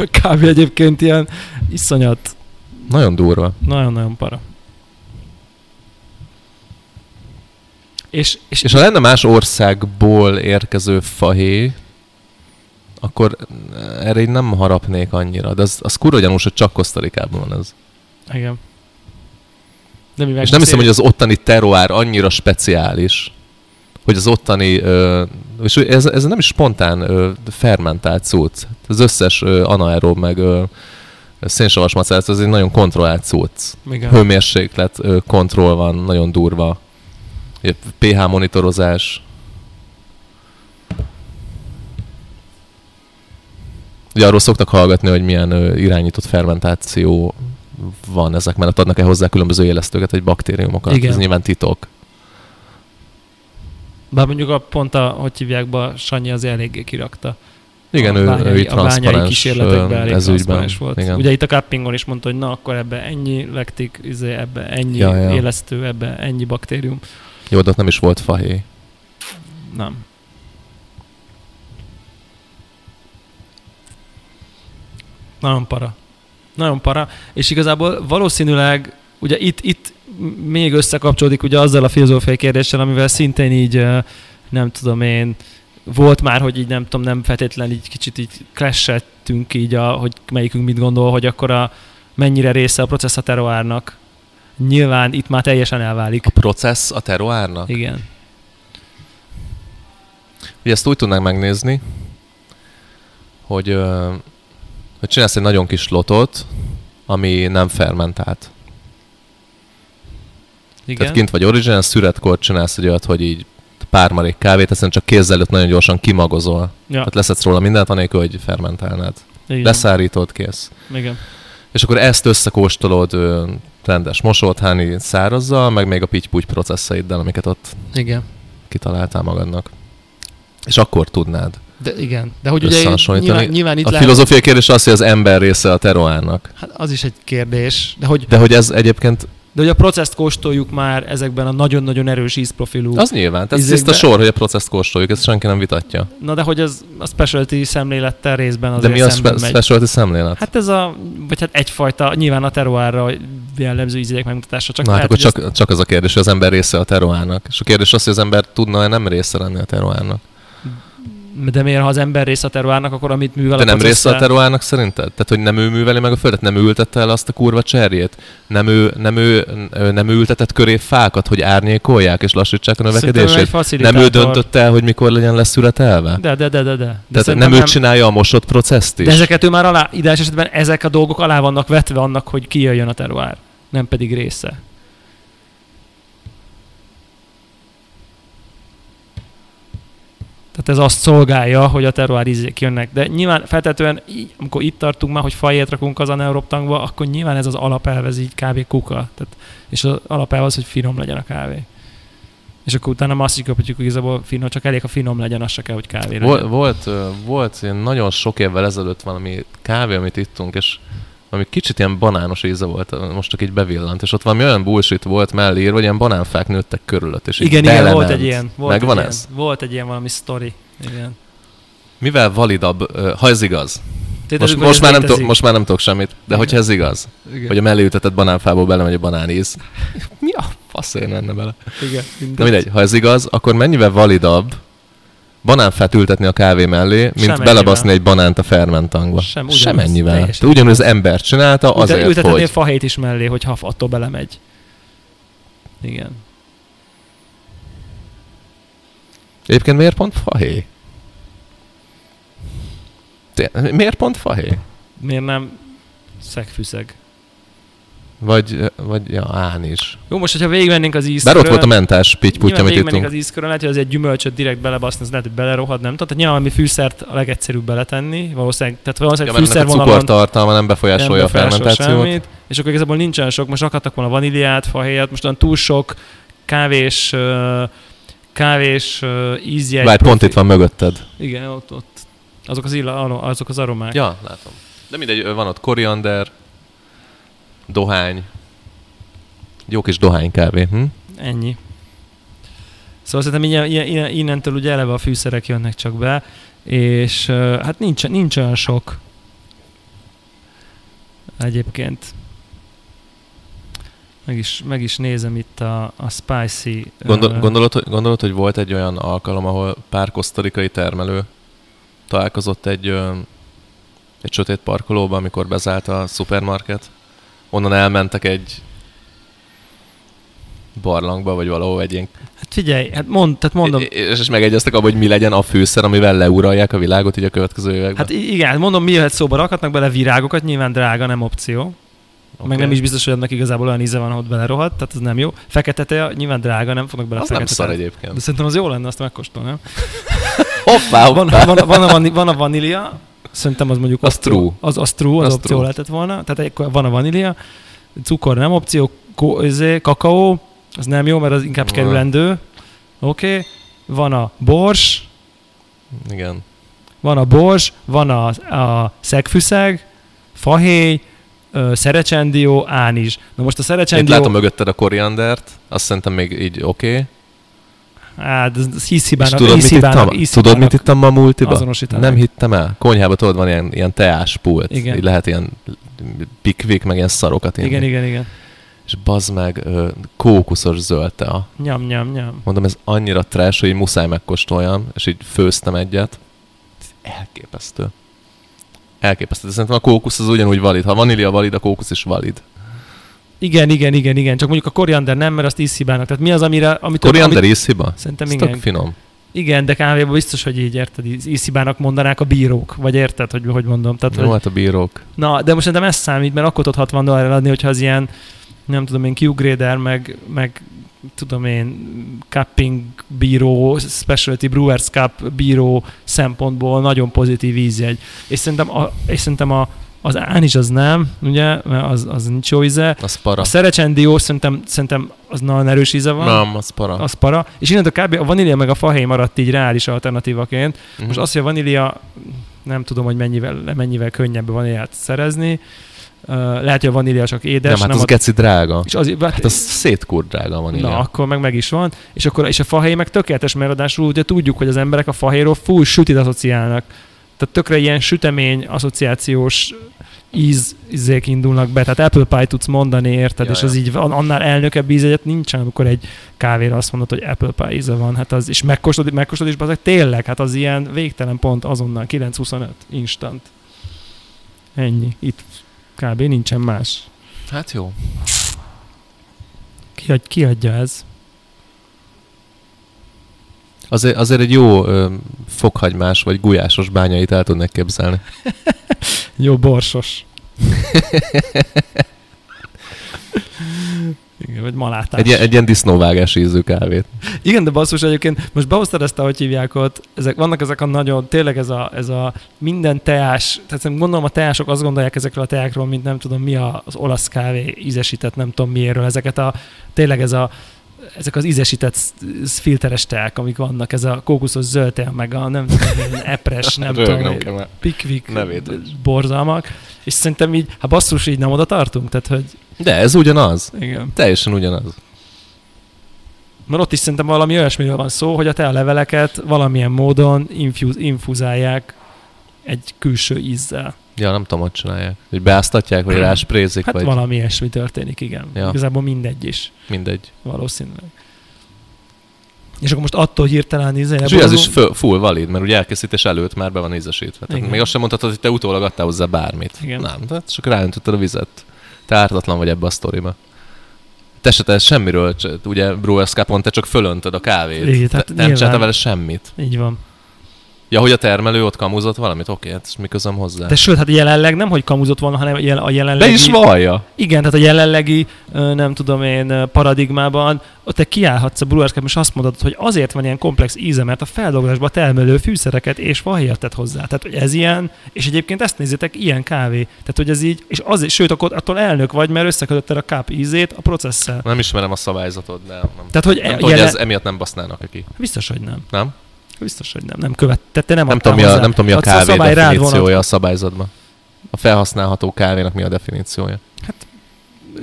Speaker 1: kb. egyébként ilyen iszonyat,
Speaker 2: Nagyon durva.
Speaker 1: nagyon-nagyon para. És, és,
Speaker 2: És ha lenne más országból érkező fahé, akkor eh, erre így nem harapnék annyira. De az, az kurva gyanús, hogy csak Kosztarikában van ez.
Speaker 1: igen. De mi meg
Speaker 2: és nem hiszem, hogy az ottani teruár annyira speciális, hogy az ottani, ö, és ez, ez nem is spontán ö, fermentált cucc. Az összes ö, anaerób meg ö, szénsavas macerát, ez egy nagyon kontrollált cucc.
Speaker 1: Igen.
Speaker 2: Hőmérséklet ö, kontroll van, nagyon durva. Ugye pH monitorozás. Ugye arról szoktak hallgatni, hogy milyen ö, irányított fermentáció van ezek mellett. Adnak-e hozzá különböző élesztőket, vagy baktériumokat?
Speaker 1: Igen.
Speaker 2: Ez nyilván titok.
Speaker 1: Bár mondjuk a pont a, hogy hívják be, Sanyi az eléggé kirakta.
Speaker 2: Igen,
Speaker 1: a
Speaker 2: ő,
Speaker 1: bányai,
Speaker 2: ő így
Speaker 1: a bányai
Speaker 2: transzparens
Speaker 1: kísérletekben
Speaker 2: ö,
Speaker 1: elég
Speaker 2: ez ügyben.
Speaker 1: transzparens volt.
Speaker 2: Igen.
Speaker 1: Igen. Ugye itt a cuppingon is mondta, hogy na, akkor ebbe ennyi lektik, izé, ebbe ennyi
Speaker 2: Ja,
Speaker 1: ja,
Speaker 2: ja.
Speaker 1: ja. élesztő, ebbe ennyi baktérium.
Speaker 2: Jó, de ott nem is volt fahéj.
Speaker 1: Nem. Nagyon para. Nagyon para. És igazából valószínűleg ugye itt, itt m- még összekapcsolódik ugye azzal a filozófiai kérdéssel, amivel szintén így ö, nem tudom én, volt már, hogy így nem tudom, nem feltétlen így kicsit így clashettünk így, a, hogy melyikünk mit gondol, hogy akkor a, mennyire része a processz a teruárnak. Nyilván itt már teljesen elválik.
Speaker 2: A processz a teruárnak?
Speaker 1: Igen.
Speaker 2: Ugye ezt úgy tudnánk megnézni, hogy, ö, hogy csinálsz egy nagyon kis lotot, ami nem fermentált.
Speaker 1: Igen.
Speaker 2: Tehát kint vagy originál, szüretkor csinálsz egy olyat, hogy így pár marék kávét, aztán csak kézzel előtt nagyon gyorsan kimagozol. Ja.
Speaker 1: ja,
Speaker 2: Tehát leszedsz róla mindent, anélkül, hogy fermentálnád.
Speaker 1: igen.
Speaker 2: Leszárítod, kész.
Speaker 1: igen.
Speaker 2: És akkor ezt összekóstolod ö, rendes mosótháni szárazzal, meg még a pitty-puty processzeiddel, amiket ott
Speaker 3: Igen.
Speaker 2: kitaláltál magadnak. És akkor tudnád.
Speaker 3: De igen. De hogy ugye
Speaker 2: Összehasonlítani.
Speaker 3: nyilván, nyilván itt
Speaker 2: a
Speaker 3: lehet,
Speaker 2: filozófiai kérdés az, hogy az ember része a teroának.
Speaker 3: hát az is egy kérdés, de hogy
Speaker 2: De hogy ez egyébként,
Speaker 1: De hogy a processzt kóstoljuk már ezekben a nagyon-nagyon erős ízprofilú.
Speaker 2: az nyilván, tehát ez
Speaker 1: Ízékbe-
Speaker 2: a sor, hogy a processzt kóstoljuk, ezt senki nem vitatja.
Speaker 1: Na de hogy ez a specialty szemlélettel részben
Speaker 2: De
Speaker 1: azért
Speaker 2: mi a
Speaker 1: szemben
Speaker 2: spe-
Speaker 1: megy.
Speaker 2: specialty szemlélet?
Speaker 1: Hát ez a, vagy hát egyfajta, nyilván a teruárra jellemző ízék megmutatása, csak
Speaker 2: Na hát
Speaker 1: lehet,
Speaker 2: akkor
Speaker 1: hogy
Speaker 2: csak, csak az a kérdés, hogy az ember része a teroának. És a kérdés az, hogy az ember tudna-e nem része lenni a teroának.
Speaker 1: ezt- De miért, ha az ember része a teruárnak, akkor amit művel
Speaker 2: De
Speaker 1: a
Speaker 2: nem része a
Speaker 1: processzel-
Speaker 2: teroának szerinted? Tehát, hogy nem ő műveli meg a földet, nem ő ültette el azt a kurva cserjét, nem ő, nem ő, ö, nem ő ültetett köré fákat, hogy árnyékolják és lassítsák a
Speaker 1: Szerintem
Speaker 2: növekedését.
Speaker 1: egy facilitátor.
Speaker 2: Nem ő döntött el, hogy mikor legyen leszületelve?
Speaker 1: De, de, de, de, de. de
Speaker 2: Tehát
Speaker 1: szerintem
Speaker 2: nem, ő csinálja a mosott processzt is?
Speaker 1: De ezeket ő már alá, ideális esetben ezek a dolgok alá vannak vetve annak, hogy kijöjjön a teruár, nem pedig része. Tehát ez azt szolgálja, hogy a teruár ízek jönnek. De nyilván feltetően, így, amikor itt tartunk már, hogy fajét rakunk az anaeroptangba, akkor nyilván ez az alapelv, ez így kb. kuka. Tehát, és az alapelv az, hogy finom legyen a kávé. És akkor utána már azt is kaphatjuk, hogy igazából finom, csak elég, ha finom legyen, az se kell, hogy kávé legyen.
Speaker 2: Vol, volt, ö, volt ilyen nagyon sok évvel ezelőtt valami kávé, amit ittunk, és ami kicsit ilyen banános íze volt, most csak így bevillant, és ott valami olyan bullshit volt mellé írva, hogy ilyen banánfák nőttek körülött, és így
Speaker 1: Igen, igen, volt
Speaker 2: belement.
Speaker 1: egy ilyen. Volt
Speaker 2: Megvan
Speaker 1: egy
Speaker 2: ez?
Speaker 1: Ilyen, volt egy ilyen valami sztori. Igen.
Speaker 2: Mivel validabb, ö, ha ez igaz, most,
Speaker 1: Tételezzük, hogy
Speaker 2: most,
Speaker 1: ez
Speaker 2: már nem tudok,
Speaker 1: létezik.
Speaker 2: most már nem tudok semmit, de hogyha ez igaz,
Speaker 1: Igen.
Speaker 2: hogy a mellé ütetett banánfából belemegy a banáníz, mi a faszén lenne bele?
Speaker 1: Igen,
Speaker 2: Na mindegy, ha ez igaz, akkor mennyivel validabb banánfát ültetni a kávé mellé, mint
Speaker 1: Semennyivel.
Speaker 2: belebaszni egy banánt a fermentangba?
Speaker 1: Sem ugyanaz,
Speaker 2: Semennyivel.
Speaker 1: teljesen.
Speaker 2: De ugyanúgy az ember csinálta,
Speaker 1: Azért,
Speaker 2: azért,
Speaker 1: Ültetnél
Speaker 2: hogy...
Speaker 1: fahét is mellé, hogyha attól belemegy. Igen.
Speaker 2: Egyébként miért pont fahé? Té- Miért pont fahé?
Speaker 1: Miért nem szegfűszeg?
Speaker 2: Vagy, vagy ja, án is.
Speaker 1: Jó, most, hogyha végigmennénk az ízkörön...
Speaker 2: Bár ott volt a mentás pitty
Speaker 1: Nyilván
Speaker 2: amit
Speaker 1: végigmennénk
Speaker 2: ittunk.
Speaker 1: az ízkörön, lehet, hogy az egy gyümölcsöt direkt belebaszni, az lehet, hogy belerohad, nem tudom. Tehát nyilván valami fűszert a legegyszerűbb beletenni, valószínűleg, tehát
Speaker 2: Ja,
Speaker 1: valószínűleg
Speaker 2: mert ennek a
Speaker 1: fűszervonalon
Speaker 2: cukortartalma nem befolyásolja a
Speaker 1: Nem befolyásol
Speaker 2: fermentációt.
Speaker 1: semmit, és akkor igazából nincsen sok, most akadtak volna vaníliát, fahéjat, most olyan túl sok kávés, ö, kávés ö, ízjegy.
Speaker 2: Várj, pont
Speaker 1: profi-
Speaker 2: itt van mögötted.
Speaker 1: Igen, ott, ott. Azok az, illa, aro- azok az aromák.
Speaker 2: Ja, látom. De mindegy, ö, van ott koriander, dohány, jó kis dohánykávé. Hm?
Speaker 1: Ennyi. Szóval szerintem ilyen, ilyen, ilyen, innentől ugye eleve a fűszerek jönnek csak be, és ö, hát nincs, nincs olyan sok egyébként. Meg is, meg is nézem itt a, a spicy... ö,
Speaker 2: Gondol, gondolod, hogy- gondolod, hogy volt egy olyan alkalom, ahol pár kosztarikai termelő találkozott egy, ö, egy sötét parkolóba, amikor bezárt a szupermarket? Onnan elmentek egy barlangba, vagy valahol egy ilyen...
Speaker 1: Hát figyelj, hát mond, tehát mondom,
Speaker 2: Mondom. És, és megegyeztek abban, hogy mi legyen a fűszer, amivel leuralják a világot így a következő években.
Speaker 1: hát i- igen, hát mondom, mi jöhet szóba, rakhatnak bele virágokat, nyilván drága, nem opció. Okay. Meg nem is biztos, hogy annak igazából olyan íze van, hogy belerohadt, tehát ez nem jó. Fekete tea, nyilván drága, nem fognak bele
Speaker 2: Az nem
Speaker 1: fekete
Speaker 2: szar
Speaker 1: teát.
Speaker 2: egyébként.
Speaker 1: De szerintem az jó lenne, azt megkóstolnám.
Speaker 2: Hoppá,
Speaker 1: Van, van, van, a, vani- van a vanília, szerintem az mondjuk
Speaker 2: Az
Speaker 1: opció.
Speaker 2: true.
Speaker 1: Az, az true, az,
Speaker 2: Az
Speaker 1: az opció
Speaker 2: true.
Speaker 1: lehetett volna. Tehát egy- van a vanília, cukor nem opció, ko, ezé, kakaó, az nem jó, mert az inkább
Speaker 2: Van.
Speaker 1: kerülendő. Oké. Okay. Van a bors,
Speaker 2: Igen.
Speaker 1: Van a bors, van a, a szegfűszeg, fahéj, ö, szerecsendió, ánizs. Na most a
Speaker 2: Én
Speaker 1: szerecsendió,
Speaker 2: látom mögötted a koriandert, azt szerintem még így oké. Okay.
Speaker 1: hát ez, ez
Speaker 2: És
Speaker 1: hiszibának,
Speaker 2: tudod, mit
Speaker 1: hiszibának,
Speaker 2: ittam? Tudod, mit ittam a multiba?
Speaker 1: azonosítanak.
Speaker 2: Nem hittem el. Konyhában tudod, van ilyen, ilyen teás pult.
Speaker 1: Igen.
Speaker 2: Így lehet ilyen pikvik, meg ilyen szarokat inni.
Speaker 1: Igen, igen, igen.
Speaker 2: És bazd meg, ö, kókuszos zöld tea.
Speaker 1: Nyam, nyam, nyam.
Speaker 2: Mondom, ez annyira trash, hogy így muszáj megkóstoljam, és így főztem egyet. Elképesztő. Elképesztő. De szerintem a kókusz az ugyanúgy valid. Ha vanília valid, a kókusz is valid.
Speaker 1: Igen, igen, igen, igen. Csak mondjuk a koriander nem, mert azt ízhibának. Tehát mi az, amire... Amit
Speaker 2: Koriander
Speaker 1: amit,
Speaker 2: ízhiba?
Speaker 1: Szerintem
Speaker 2: Ez
Speaker 1: igen.
Speaker 2: tök finom.
Speaker 1: Igen, de kávéban biztos, hogy így érted, így ízhibának mondanák a bírók, vagy érted, hogy hogy mondom. Tehát,
Speaker 2: Jó,
Speaker 1: hogy,
Speaker 2: hát a bírók.
Speaker 1: na, de most szerintem ez számít, mert akkor tudod 60 dollárra adni, hogyha az ilyen, nem tudom én, Q-grader, meg, meg tudom én, cupping bíró, specialty brewers cup bíró szempontból nagyon pozitív ízjegy. És szerintem, a, és szerintem a, az Ánis az nem, ugye, mert az, az nincs jó íze.
Speaker 2: Az para.
Speaker 1: A szerecsendió szerintem, szerintem az nagyon erős íze van
Speaker 2: Nem, az para.
Speaker 1: az para. És innentől kb. a vanília meg a fahéj maradt így reális alternatívaként.
Speaker 2: Mhm.
Speaker 1: Most az, hogy a vanília, nem tudom, hogy mennyivel, mennyivel könnyebb vaníliát szerezni. Ö, Lehet, hogy a vanília csak édes.
Speaker 2: nem, hát az
Speaker 1: a...
Speaker 2: geci drága.
Speaker 1: és az, hát
Speaker 2: Hát az szétkur drága van
Speaker 1: Na,
Speaker 2: Na.
Speaker 1: akkor meg meg is van. És, akkor, és a fahéj meg tökéletes, mert ráadásul ugye tudjuk, hogy az emberek a fahéjról full sütit asszociálnak. Tehát tökre ilyen sütemény, asszociációs íz, ízék indulnak be. Tehát apple pie tudsz mondani, érted?
Speaker 2: Ja,
Speaker 1: és az
Speaker 2: ja.
Speaker 1: így van- annál elnökebb ízegyet nincsen, amikor egy kávéra azt mondod, hogy apple pie íze van. Hát az, és megkóstolod, megkóstolod is, bazeg, tényleg, hát az ilyen végtelen pont azonnal, 925, instant. Ennyi. Itt kb. nincsen más.
Speaker 2: Hát jó.
Speaker 1: Ki, adj- ki adja ez?
Speaker 2: Azért, azért egy jó ö, fokhagymás vagy gulyásos bányait el tudnék képzelni.
Speaker 1: Jó borsos. Igen, vagy malátás.
Speaker 2: Egy, ilyen- egy ilyen disznóvágás ízű kávét.
Speaker 1: Igen, de basszus egyébként, most behoztad ezt, ahogy hívják ott, ezek, vannak ezek a nagyon, tényleg ez a, ez a minden teás, tehát szerintem gondolom a teások azt gondolják ezekről a teákról, mint nem tudom mi a- az olasz kávé ízesített, nem tudom miéről, ezeket a, tényleg ez a, ezek az ízesített sz- sz- filteres teák, amik vannak, ez a kókuszos zöld tea, meg a nem tudom, ilyen epres, nem tudom,
Speaker 2: Hát nem
Speaker 1: én-
Speaker 2: kell már.
Speaker 1: pikvik
Speaker 2: Nevét, hogy-
Speaker 1: borzalmak, és szerintem így, hát basszus, így nem oda tartunk, tehát hogy
Speaker 2: De ez ugyanaz.
Speaker 1: igen.
Speaker 2: Teljesen ugyanaz.
Speaker 1: Mert ott is szerintem valami olyasmiről van szó, hogy a te leveleket valamilyen módon infuz, infuzálják egy külső ízzel.
Speaker 2: Ja, nem tudom, hogy csinálják. Hogy beáztatják, vagy rásprézik,
Speaker 1: Hát
Speaker 2: vagy
Speaker 1: valami ilyesmi történik, igen.
Speaker 2: Ja.
Speaker 1: Ja. Igazából mindegy is,
Speaker 2: mindegy.
Speaker 1: valószínűleg. És akkor most attól hirtelen izé,
Speaker 2: És ugye ez is fö- full valid, mert ugye elkészítés előtt már be van ízesítve. Tehát
Speaker 1: Igen.
Speaker 2: még azt sem mondhatod, hogy te utólag adtál hozzá bármit.
Speaker 1: Igen.
Speaker 2: Nem, tehát csak ráöntötted a vizet. Te ártatlan vagy ebbe a sztoriba. Te se tehetsz semmiről, c- ugye Brewers Cupon, te csak fölöntöd a kávét.
Speaker 1: Igen,
Speaker 2: te,
Speaker 1: tehát
Speaker 2: te nem
Speaker 1: nyilván.
Speaker 2: csináltál vele semmit.
Speaker 1: Így van.
Speaker 2: Ja, hogy a termelő ott kamuzott valamit, oké, hát és mi közöm hozzá.
Speaker 1: De sőt, hát jelenleg nem, hogy kamuzott volna, hanem jel- a
Speaker 2: Be
Speaker 1: jelenlegi...
Speaker 2: is vallja.
Speaker 1: Igen, tehát a jelenlegi, ö, nem tudom én, ö, paradigmában, ott te kiállhatsz a Brewers Cup, és azt mondod, hogy azért van ilyen komplex íze, mert a feldolgozásba termelő fűszereket és vajjat tett hozzá. Tehát, hogy ez ilyen, és egyébként ezt nézzétek, ilyen kávé. Tehát, hogy ez így, és azért, sőt, akkor attól elnök vagy, mert összekötötted a káp ízét a processzel.
Speaker 2: Nem ismerem a szabályzatot, de nem,
Speaker 1: Tehát, hogy,
Speaker 2: nem
Speaker 1: e,
Speaker 2: tudom, hogy
Speaker 1: jelen...
Speaker 2: ez emiatt nem basználnak ki.
Speaker 1: biztos, hogy nem.
Speaker 2: Nem?
Speaker 1: Biztos, hogy nem. Nem követ. Tehát te nem,
Speaker 2: Nem
Speaker 1: adtál
Speaker 2: tudom, mi a,
Speaker 1: hozzá.
Speaker 2: nem tudom, mi a
Speaker 1: A
Speaker 2: kávé
Speaker 1: szabály rád
Speaker 2: definíciója a szabályzatban. A felhasználható kávénak mi a definíciója?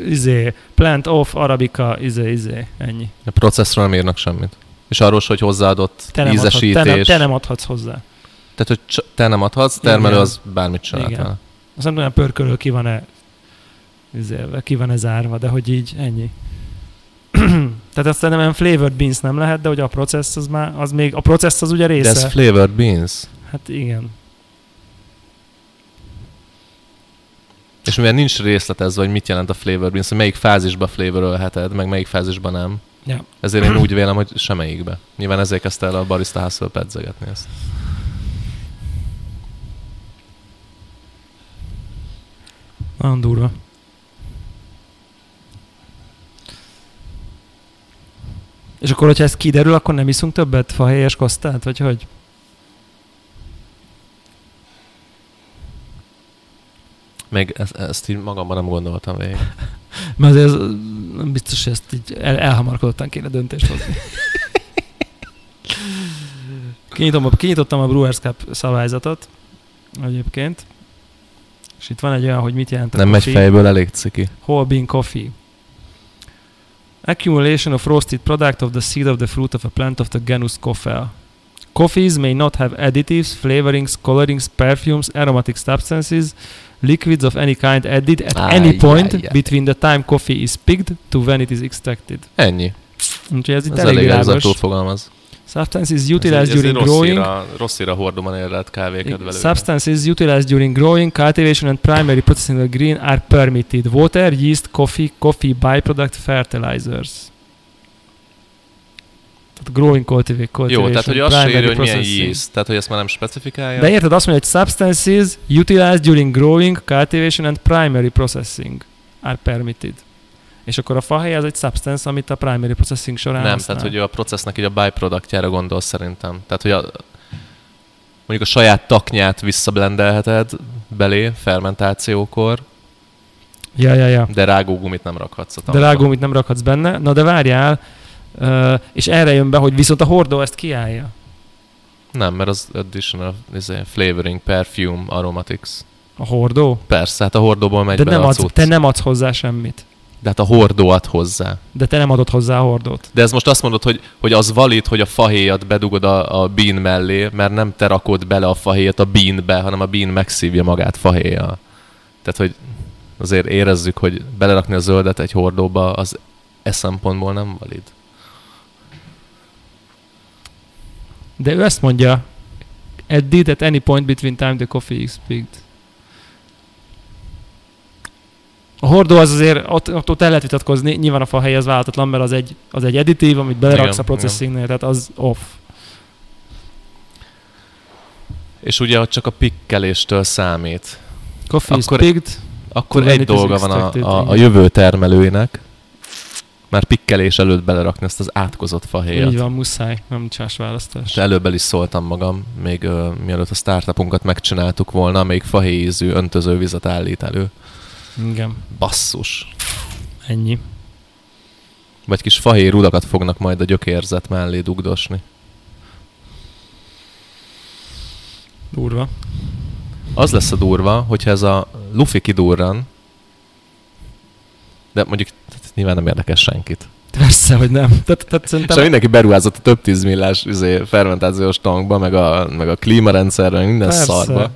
Speaker 1: Izé, plant off, arabica, izé, izé, ennyi.
Speaker 2: A processzről nem írnak semmit. És arról, se, hogy hozzáadott
Speaker 1: Te nem, adhat,
Speaker 2: ízesítés.
Speaker 1: te, nem, te nem adhatsz hozzá.
Speaker 2: Tehát, hogy cs- te nem adhatsz, termelő
Speaker 1: Igen.
Speaker 2: az bármit csinált
Speaker 1: Igen.
Speaker 2: vele.
Speaker 1: Azt nem tudom, pörkölő ki van-e izélve, ki van-e zárva, de hogy így ennyi. Tehát aztán nem olyan flavored beans nem lehet, de hogy a process az már, az még, a process az ugye
Speaker 2: De
Speaker 1: része.
Speaker 2: ez flavored beans.
Speaker 1: hát igen.
Speaker 2: És mivel nincs részletezve, hogy mit jelent a flavored beans, hogy melyik fázisba flavorölheted, meg melyik fázisban nem.
Speaker 1: Ja.
Speaker 2: Ezért én úgy vélem, hogy semmelyikbe. Nyilván ezért kezdte el a barista hustle pedzegetni ezt.
Speaker 1: Nagyon durva. És akkor, hogyha ez kiderül, akkor nem iszunk többet fahéjas kosztát, vagy hogy?
Speaker 2: Még ezt, ezt így magamban nem gondoltam végig.
Speaker 1: Mert azért ez, nem biztos, hogy ezt így el, elhamarkodottan kéne döntést hozni. Kinyitom a, kinyitottam a Brewers Cup szabályzatot egyébként, és itt van egy olyan, hogy mit jelent a
Speaker 2: Nem megy
Speaker 1: coffee.
Speaker 2: fejből, elég ciki.
Speaker 1: Whole bean coffee. Accumulation of roasted product of the seed of the fruit of a plant of the genus Coffea. Coffees may not have additives, flavorings, colorings, perfumes, aromatic substances, liquids of any kind added at
Speaker 2: Áj,
Speaker 1: any point
Speaker 2: áj, áj.
Speaker 1: between the time coffee is picked to when it is extracted.
Speaker 2: Ennyi.
Speaker 1: Úgyhogy ez itt
Speaker 2: Ez elég
Speaker 1: elég világos.
Speaker 2: elzártul fogalmaz.
Speaker 1: Substances
Speaker 2: Ez
Speaker 1: utilized
Speaker 2: egy- ez egy
Speaker 1: during
Speaker 2: rossz
Speaker 1: growing,
Speaker 2: íra- Rossz íra hordóban érlelt kávé kedvelő.
Speaker 1: Substances utilized during growing, cultivation and primary processing of green are permitted. Water, yeast, coffee, coffee byproduct fertilizers. Tehát growing, cultivate, cultivation.
Speaker 2: Jó, tehát hogy azt se
Speaker 1: primary
Speaker 2: írja, hogy milyen
Speaker 1: processing.
Speaker 2: yeast. Tehát, hogy ezt már nem specifikálja.
Speaker 1: De érted, azt mondja, hogy substances utilized during growing, cultivation and primary processing are permitted. És akkor a fahéj az egy substance, amit a primary processing során
Speaker 2: nem,
Speaker 1: használ.
Speaker 2: tehát hogy ő a processznek így a byproductjára gondol szerintem. Tehát, hogy a, mondjuk a saját taknyát visszablendelheted belé fermentációkor,
Speaker 1: Ja, ja, ja.
Speaker 2: de rágógumit nem rakhatsz a
Speaker 1: De
Speaker 2: tankba.
Speaker 1: rágómit nem rakhatsz benne. Na de várjál, ö, és erre jön be, hogy viszont a hordó ezt kiállja.
Speaker 2: Nem, mert az additional izé, flavoring, perfume, aromatics.
Speaker 1: A hordó?
Speaker 2: Persze, hát a hordóból megy
Speaker 1: De
Speaker 2: bele
Speaker 1: nem
Speaker 2: a
Speaker 1: adsz,
Speaker 2: cucc.
Speaker 1: te nem adsz hozzá semmit.
Speaker 2: De hát a hordó ad hozzá.
Speaker 1: De te nem adod hozzá a hordót.
Speaker 2: De ez most azt mondod, hogy, hogy az valid, hogy a fahéjat bedugod a, a bean mellé, mert nem te rakod bele a fahéjat a beanbe, hanem a bean megszívja magát fahéjjal. Tehát, hogy azért érezzük, hogy belerakni a zöldet egy hordóba, az e szempontból nem valid.
Speaker 1: De ő ezt mondja, at did at any point between time the coffee is picked. A hordó az azért, ott, ott, ott el lehet vitatkozni, nyilván a fahely az váltatlan, mert az egy, az egy editív, amit beleraksz
Speaker 2: Igen,
Speaker 1: a processingnél, tehát az off.
Speaker 2: És ugye ott csak a pikkeléstől számít.
Speaker 1: Coffee
Speaker 2: Akkor-
Speaker 1: is picked,
Speaker 2: Akkor
Speaker 1: Tudom,
Speaker 2: egy
Speaker 1: itt ez
Speaker 2: dolga van a,
Speaker 1: expected,
Speaker 2: a, a
Speaker 1: igen.
Speaker 2: jövő termelőinek, már pikkelés előtt belerakni ezt az átkozott fahéjat.
Speaker 1: így van, muszáj, nem csás választás.
Speaker 2: És előbb el is szóltam magam, még ö, mielőtt a startupunkat megcsináltuk volna, még fahéjízű öntözővizet állít elő.
Speaker 1: Igen,
Speaker 2: Basszus.
Speaker 1: ennyi.
Speaker 2: Vagy kis fahéj rudakat fognak majd a gyökérzet mellé dugdosni.
Speaker 1: Durva.
Speaker 2: Az lesz a durva, hogyha ez a lufi kidurran, de mondjuk tehát nyilván nem érdekes senkit.
Speaker 1: Persze, hogy nem. Tehát, tehát
Speaker 2: És ha
Speaker 1: szerintem
Speaker 2: Szóval mindenki beruházott a több tízmillás izé, fermentációs tankba, meg a, meg a klímarendszerre, meg minden
Speaker 1: Persze.
Speaker 2: Persze. szarba.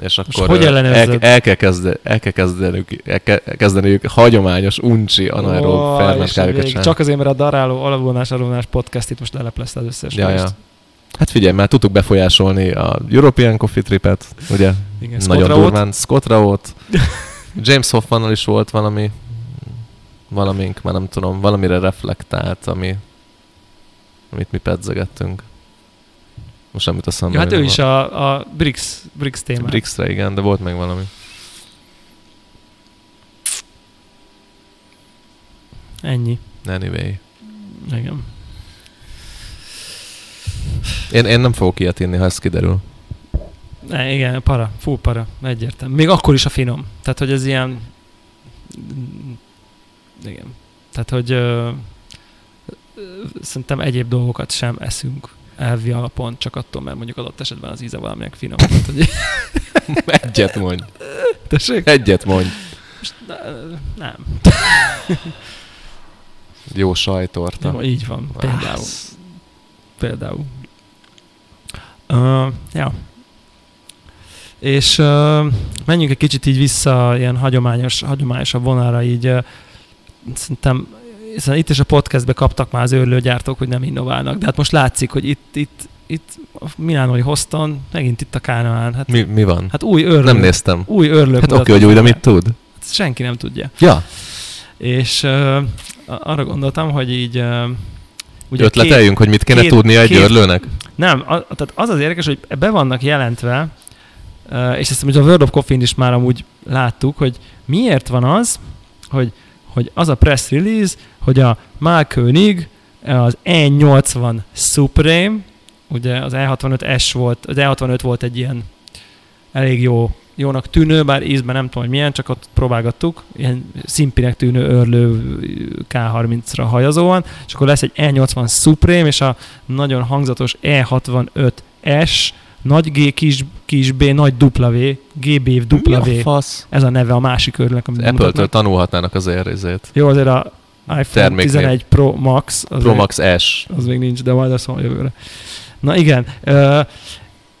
Speaker 2: És akkor
Speaker 1: hogy
Speaker 2: ö, el,
Speaker 1: ellenőrzed?
Speaker 2: el, kell kezde, el kell kezdeniük, el kell kezdeniük hagyományos uncsi anaerób
Speaker 1: Ó, és a
Speaker 2: fermentálókat
Speaker 1: végig.
Speaker 2: csinálni.
Speaker 1: Csak azért, mert a daráló, alvonás, alvonás podcast itt most leleplezte az összes
Speaker 2: Ja,
Speaker 1: részt.
Speaker 2: ja. Hát figyelj, már tudtuk befolyásolni a European Coffee Tripet, ugye?
Speaker 1: Igen,
Speaker 2: Ez
Speaker 1: Scott
Speaker 2: Nagyon Scott
Speaker 1: Rawood.
Speaker 2: durván. Scott Rawood. James Hoffmannal is volt valami valamink, már nem tudom, valamire reflektált, ami, amit mi pedzegettünk. Most nem jut eszembe.
Speaker 1: Ja, hát
Speaker 2: mi
Speaker 1: ő
Speaker 2: van.
Speaker 1: is a, a BRICS, BRICS témát. BRICS.
Speaker 2: Brixre, igen, de volt még valami.
Speaker 1: Ennyi.
Speaker 2: Anyway.
Speaker 1: Igen.
Speaker 2: Én, én nem fogok ilyet inni, ha ez kiderül.
Speaker 1: Ne, E, igen, para, fú para, egyértelmű. Még akkor is a finom. Tehát, hogy ez ilyen... Igen. Tehát, hogy ö, ö, szerintem egyéb dolgokat sem eszünk elvi alapon, csak attól, mert mondjuk adott esetben az íze valaminek finom. Tehát, hogy...
Speaker 2: Egyet mondj.
Speaker 1: Tessék?
Speaker 2: Egyet mondj.
Speaker 1: Ö, Nem.
Speaker 2: Jó sajtorta.
Speaker 1: Nem, így van. Például. Például. Uh, ja. És uh, menjünk egy kicsit így vissza ilyen hagyományos, hagyományosabb vonalra, így uh, szerintem hiszen itt is a podcastbe kaptak már az őrlőgyártók, hogy nem innoválnak, de hát most látszik, hogy itt, itt, itt a Milánói Hoston, megint itt a Kánaán. Hát,
Speaker 2: Mi, mi van?
Speaker 1: hát új őrlő.
Speaker 2: nem néztem.
Speaker 1: Új őrlők. Hát
Speaker 2: Hát oké, hogy újra mit tud.
Speaker 1: Senki nem tudja.
Speaker 2: Ja,
Speaker 1: És ö, a- arra gondoltam, hogy így... Ö,
Speaker 2: Ugye ötleteljünk, hogy mit kéne
Speaker 1: két-
Speaker 2: tudnia egy
Speaker 1: két-
Speaker 2: örlőnek?
Speaker 1: Két, nem, a, tehát az az érdekes, hogy be vannak jelentve, ö, és ezt ugye a World of Coffee-n is már amúgy láttuk, hogy miért van az, hogy, hogy az a press release, hogy a Malkönig az E80 Supreme, ugye az E65S volt, az E65 volt egy ilyen elég jó, jónak tűnő, bár ízben nem tudom, hogy milyen, csak ott próbálgattuk, ilyen szimpinek tűnő örlő K30-ra hajazóan, és akkor lesz egy E80 Supreme, és a nagyon hangzatos E65S, nagy G, kis, kis B, nagy W, GB, W.
Speaker 2: fasz?
Speaker 1: Ez a neve a másik örlőnek,
Speaker 2: Az
Speaker 1: amit
Speaker 2: Apple-től
Speaker 1: bemutatnak.
Speaker 2: tanulhatnának az érzét.
Speaker 1: Jó, azért a iPhone
Speaker 2: Terméknél.
Speaker 1: 11 Pro Max. Az
Speaker 2: Pro
Speaker 1: még-
Speaker 2: Max S.
Speaker 1: az még nincs, de majd azt mondom jövőre. Na igen, ö,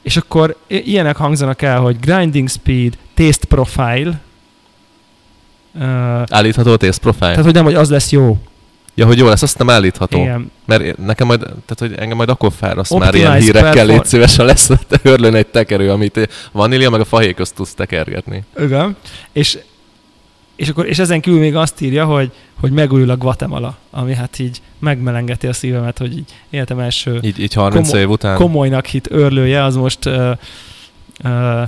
Speaker 1: és akkor i- ilyenek hangzanak el, hogy grinding speed, taste profile, ö,
Speaker 2: Állítható tészprofil?
Speaker 1: tehát hogy nem, hogy az lesz jó.
Speaker 2: Ja, hogy jó lesz, azt nem állítható.
Speaker 1: Igen.
Speaker 2: Mert én- nekem majd, tehát hogy engem majd akkor fáraszt már ilyen
Speaker 1: Optimized
Speaker 2: hírekkel,
Speaker 1: platform.
Speaker 2: légy szíves, ha lesz a te örlőn egy tekerő, amit vanília meg a fahéj közt tudsz tekergetni.
Speaker 1: Igen. És és, akkor, és ezen kívül még azt írja, hogy, hogy megújul a Guatemala, ami hát így megmelengeti a szívemet, hogy így életem első
Speaker 2: Így, így 30
Speaker 1: Komo-
Speaker 2: év után.
Speaker 1: komolynak hit örlője, az most uh, uh,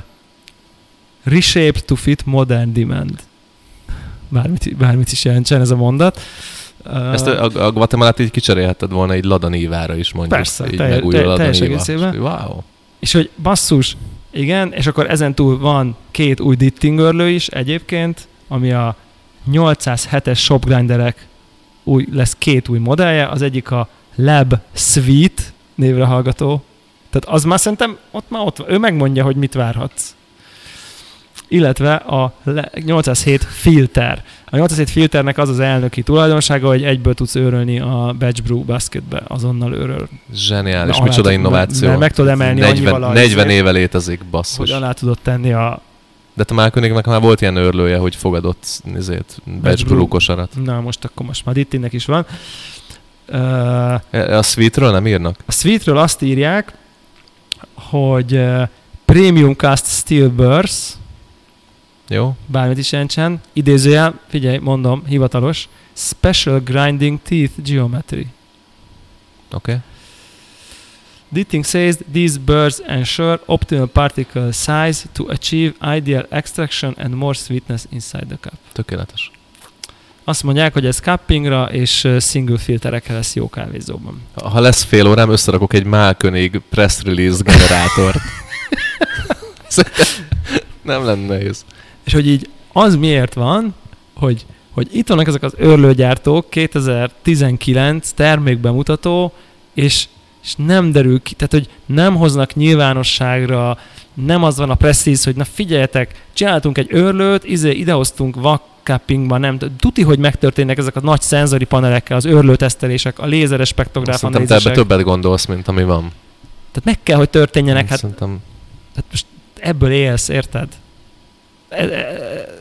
Speaker 1: reshaped to fit modern demand. Bármit, bármit is jelentsen ez a mondat. Uh,
Speaker 2: Ezt a, a, a Guatemalát így kicserélhetted volna egy ladanívára is mondjuk.
Speaker 1: Persze,
Speaker 2: így
Speaker 1: telj-
Speaker 2: megújul
Speaker 1: telj-
Speaker 2: a
Speaker 1: teljes
Speaker 2: ladaníva.
Speaker 1: egészében.
Speaker 2: Wow.
Speaker 1: És hogy basszus, igen, és akkor ezen túl van két új dittingörlő is egyébként, ami a 807-es shopgrinderek új, lesz két új modellje, az egyik a Lab Suite névre hallgató. Tehát az már szerintem ott már ott van. Ő megmondja, hogy mit várhatsz. Illetve a le- 807 filter. A 807 filternek az az elnöki tulajdonsága, hogy egyből tudsz őrölni a Batch Brew basketbe, azonnal őröl.
Speaker 2: Zseniális,
Speaker 1: Na,
Speaker 2: micsoda
Speaker 1: alá-
Speaker 2: innováció.
Speaker 1: mert meg tudod emelni
Speaker 2: 40,
Speaker 1: annyival a-
Speaker 2: 40 éve létezik,
Speaker 1: hogy
Speaker 2: basszus.
Speaker 1: alá tudod tenni a,
Speaker 2: De te Málköniknek már volt ilyen örlője, hogy fogadott nézét, becsbruló kosarat.
Speaker 1: Na, most akkor most már Dittinnek is van. Ö,
Speaker 2: E- A Sweetről nem írnak?
Speaker 1: A Sweetről azt írják, hogy ö, Premium Cast Steel Burst,
Speaker 2: Jó?
Speaker 1: bármit is jelentsen, idézőjel, figyelj, mondom, hivatalos, Special Grinding Teeth Geometry.
Speaker 2: Oké.
Speaker 1: Ditting says these birds ensure optimal particle size to achieve ideal extraction and more sweetness inside the cup.
Speaker 2: Tökéletes.
Speaker 1: Azt mondják, hogy ez cuppingra és ö, single filterekre lesz jó kávézóban.
Speaker 2: Ha lesz fél órám, összerakok egy Málkönig press release generátort. Szerintem nem lenne nehéz.
Speaker 1: És hogy így az miért van, hogy, hogy itt vannak ezek az örlőgyártók, 2019 termékbemutató, és, és nem derül ki, tehát hogy nem hoznak nyilvánosságra, nem az van a presszíz, hogy na figyeljetek, csináltunk egy örlőt, izé, idehoztunk vakkappingban, nem tudom, tuti, hogy megtörténnek ezek a nagy szenzori panelekkel, az örlőtesztelések, a lézeres spektográf
Speaker 2: Szerintem te ebbe
Speaker 1: analízisek.
Speaker 2: többet gondolsz, mint ami van.
Speaker 1: Tehát meg kell, hogy történjenek, hát
Speaker 2: Szerintem
Speaker 1: Hát most ebből élsz, érted? E- e-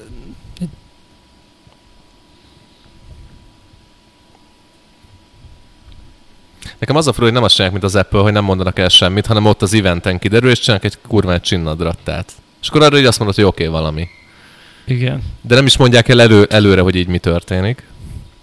Speaker 2: Nekem az a fura, hogy nem azt csinálják, mint az Apple, hogy nem mondanak el semmit, hanem ott az eventen kiderül, és csinálnak egy kurvát csinnadrattát. És akkor arra így azt mondod, hogy oké, okay, valami.
Speaker 1: Igen.
Speaker 2: De nem is mondják el elő, előre, hogy így mi történik,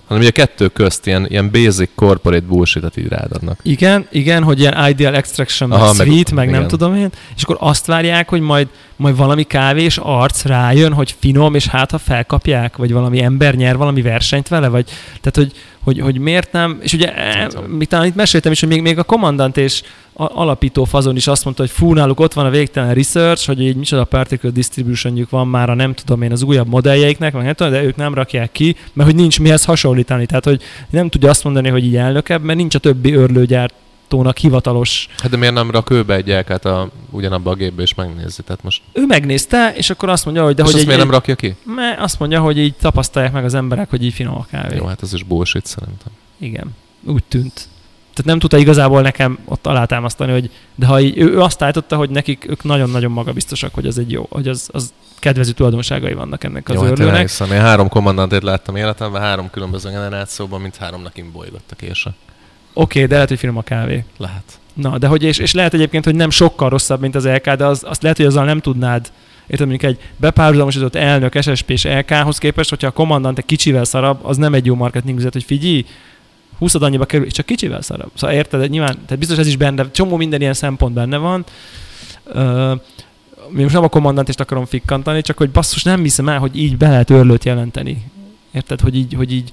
Speaker 2: hanem ugye a kettő közt ilyen, ilyen basic corporate bullshit így rád adnak.
Speaker 1: Igen, igen, hogy ilyen ideal extraction, meg
Speaker 2: Aha, meg-
Speaker 1: sweet, meg, nem
Speaker 2: igen.
Speaker 1: tudom én, és akkor azt várják, hogy majd, majd valami kávés arc rájön, hogy finom, és hát ha felkapják, vagy valami ember nyer valami versenyt vele, vagy tehát, hogy, hogy, hogy miért nem, és ugye eh,
Speaker 2: Nem tudom.
Speaker 1: mi talán itt meséltem is, hogy még, még a kommandant és a, alapító fazon is azt mondta, hogy fú, náluk ott van a végtelen research, hogy így micsoda particle distributionjük van már a nem tudom én az újabb modelljeiknek, meg nem tudom, de ők nem rakják ki, mert hogy nincs mihez hasonlítani, tehát hogy nem tudja azt mondani, hogy így elnökebb, mert nincs a többi örlőgyártónak hivatalos
Speaker 2: Hát de miért nem rak ő be egy elkát a, ugyanabba a gépbe, és megnézi? Tehát most,
Speaker 1: ő megnézte, és akkor azt mondja, hogy de
Speaker 2: de és
Speaker 1: hogy
Speaker 2: azt
Speaker 1: egy,
Speaker 2: miért nem rakja ki?
Speaker 1: mert azt mondja, hogy így tapasztalják meg az emberek, hogy így finom a kávé.
Speaker 2: Jó, hát ez is bullshit szerintem.
Speaker 1: Igen, úgy tűnt. Tehát nem tudta igazából nekem ott alátámasztani, hogy de ha így, ő, ő azt állította, hogy nekik ők nagyon-nagyon magabiztosak, hogy az egy jó, hogy az, az kedvező tulajdonságai vannak ennek az
Speaker 2: Jó,
Speaker 1: Jó,
Speaker 2: hát én
Speaker 1: örlőnek.
Speaker 2: elhiszem, én három kommandantét láttam életemben, három különböző generációban, mint háromnak imbolygott a késő.
Speaker 1: Oké, de lehet, hogy finom a kávé.
Speaker 2: Lehet.
Speaker 1: Na, de hogy, és, és lehet egyébként, hogy nem sokkal rosszabb, mint az LK, de az, azt lehet, hogy azzal nem tudnád Érted, mondjuk egy bepárhuzamosított elnök SSP és LK-hoz képest, hogyha a kommandant egy kicsivel szarabb, az nem egy jó marketing üzlet, hogy figyelj, 20 annyiba kerül, és csak kicsivel szarabb. Szóval érted, nyilván, tehát biztos ez is benne, csomó minden ilyen szempont benne van. Ö, mi most nem a kommandantist akarom fikkantani, csak hogy basszus, nem hiszem el, hogy így be lehet örlőt jelenteni. Érted, hogy így, hogy így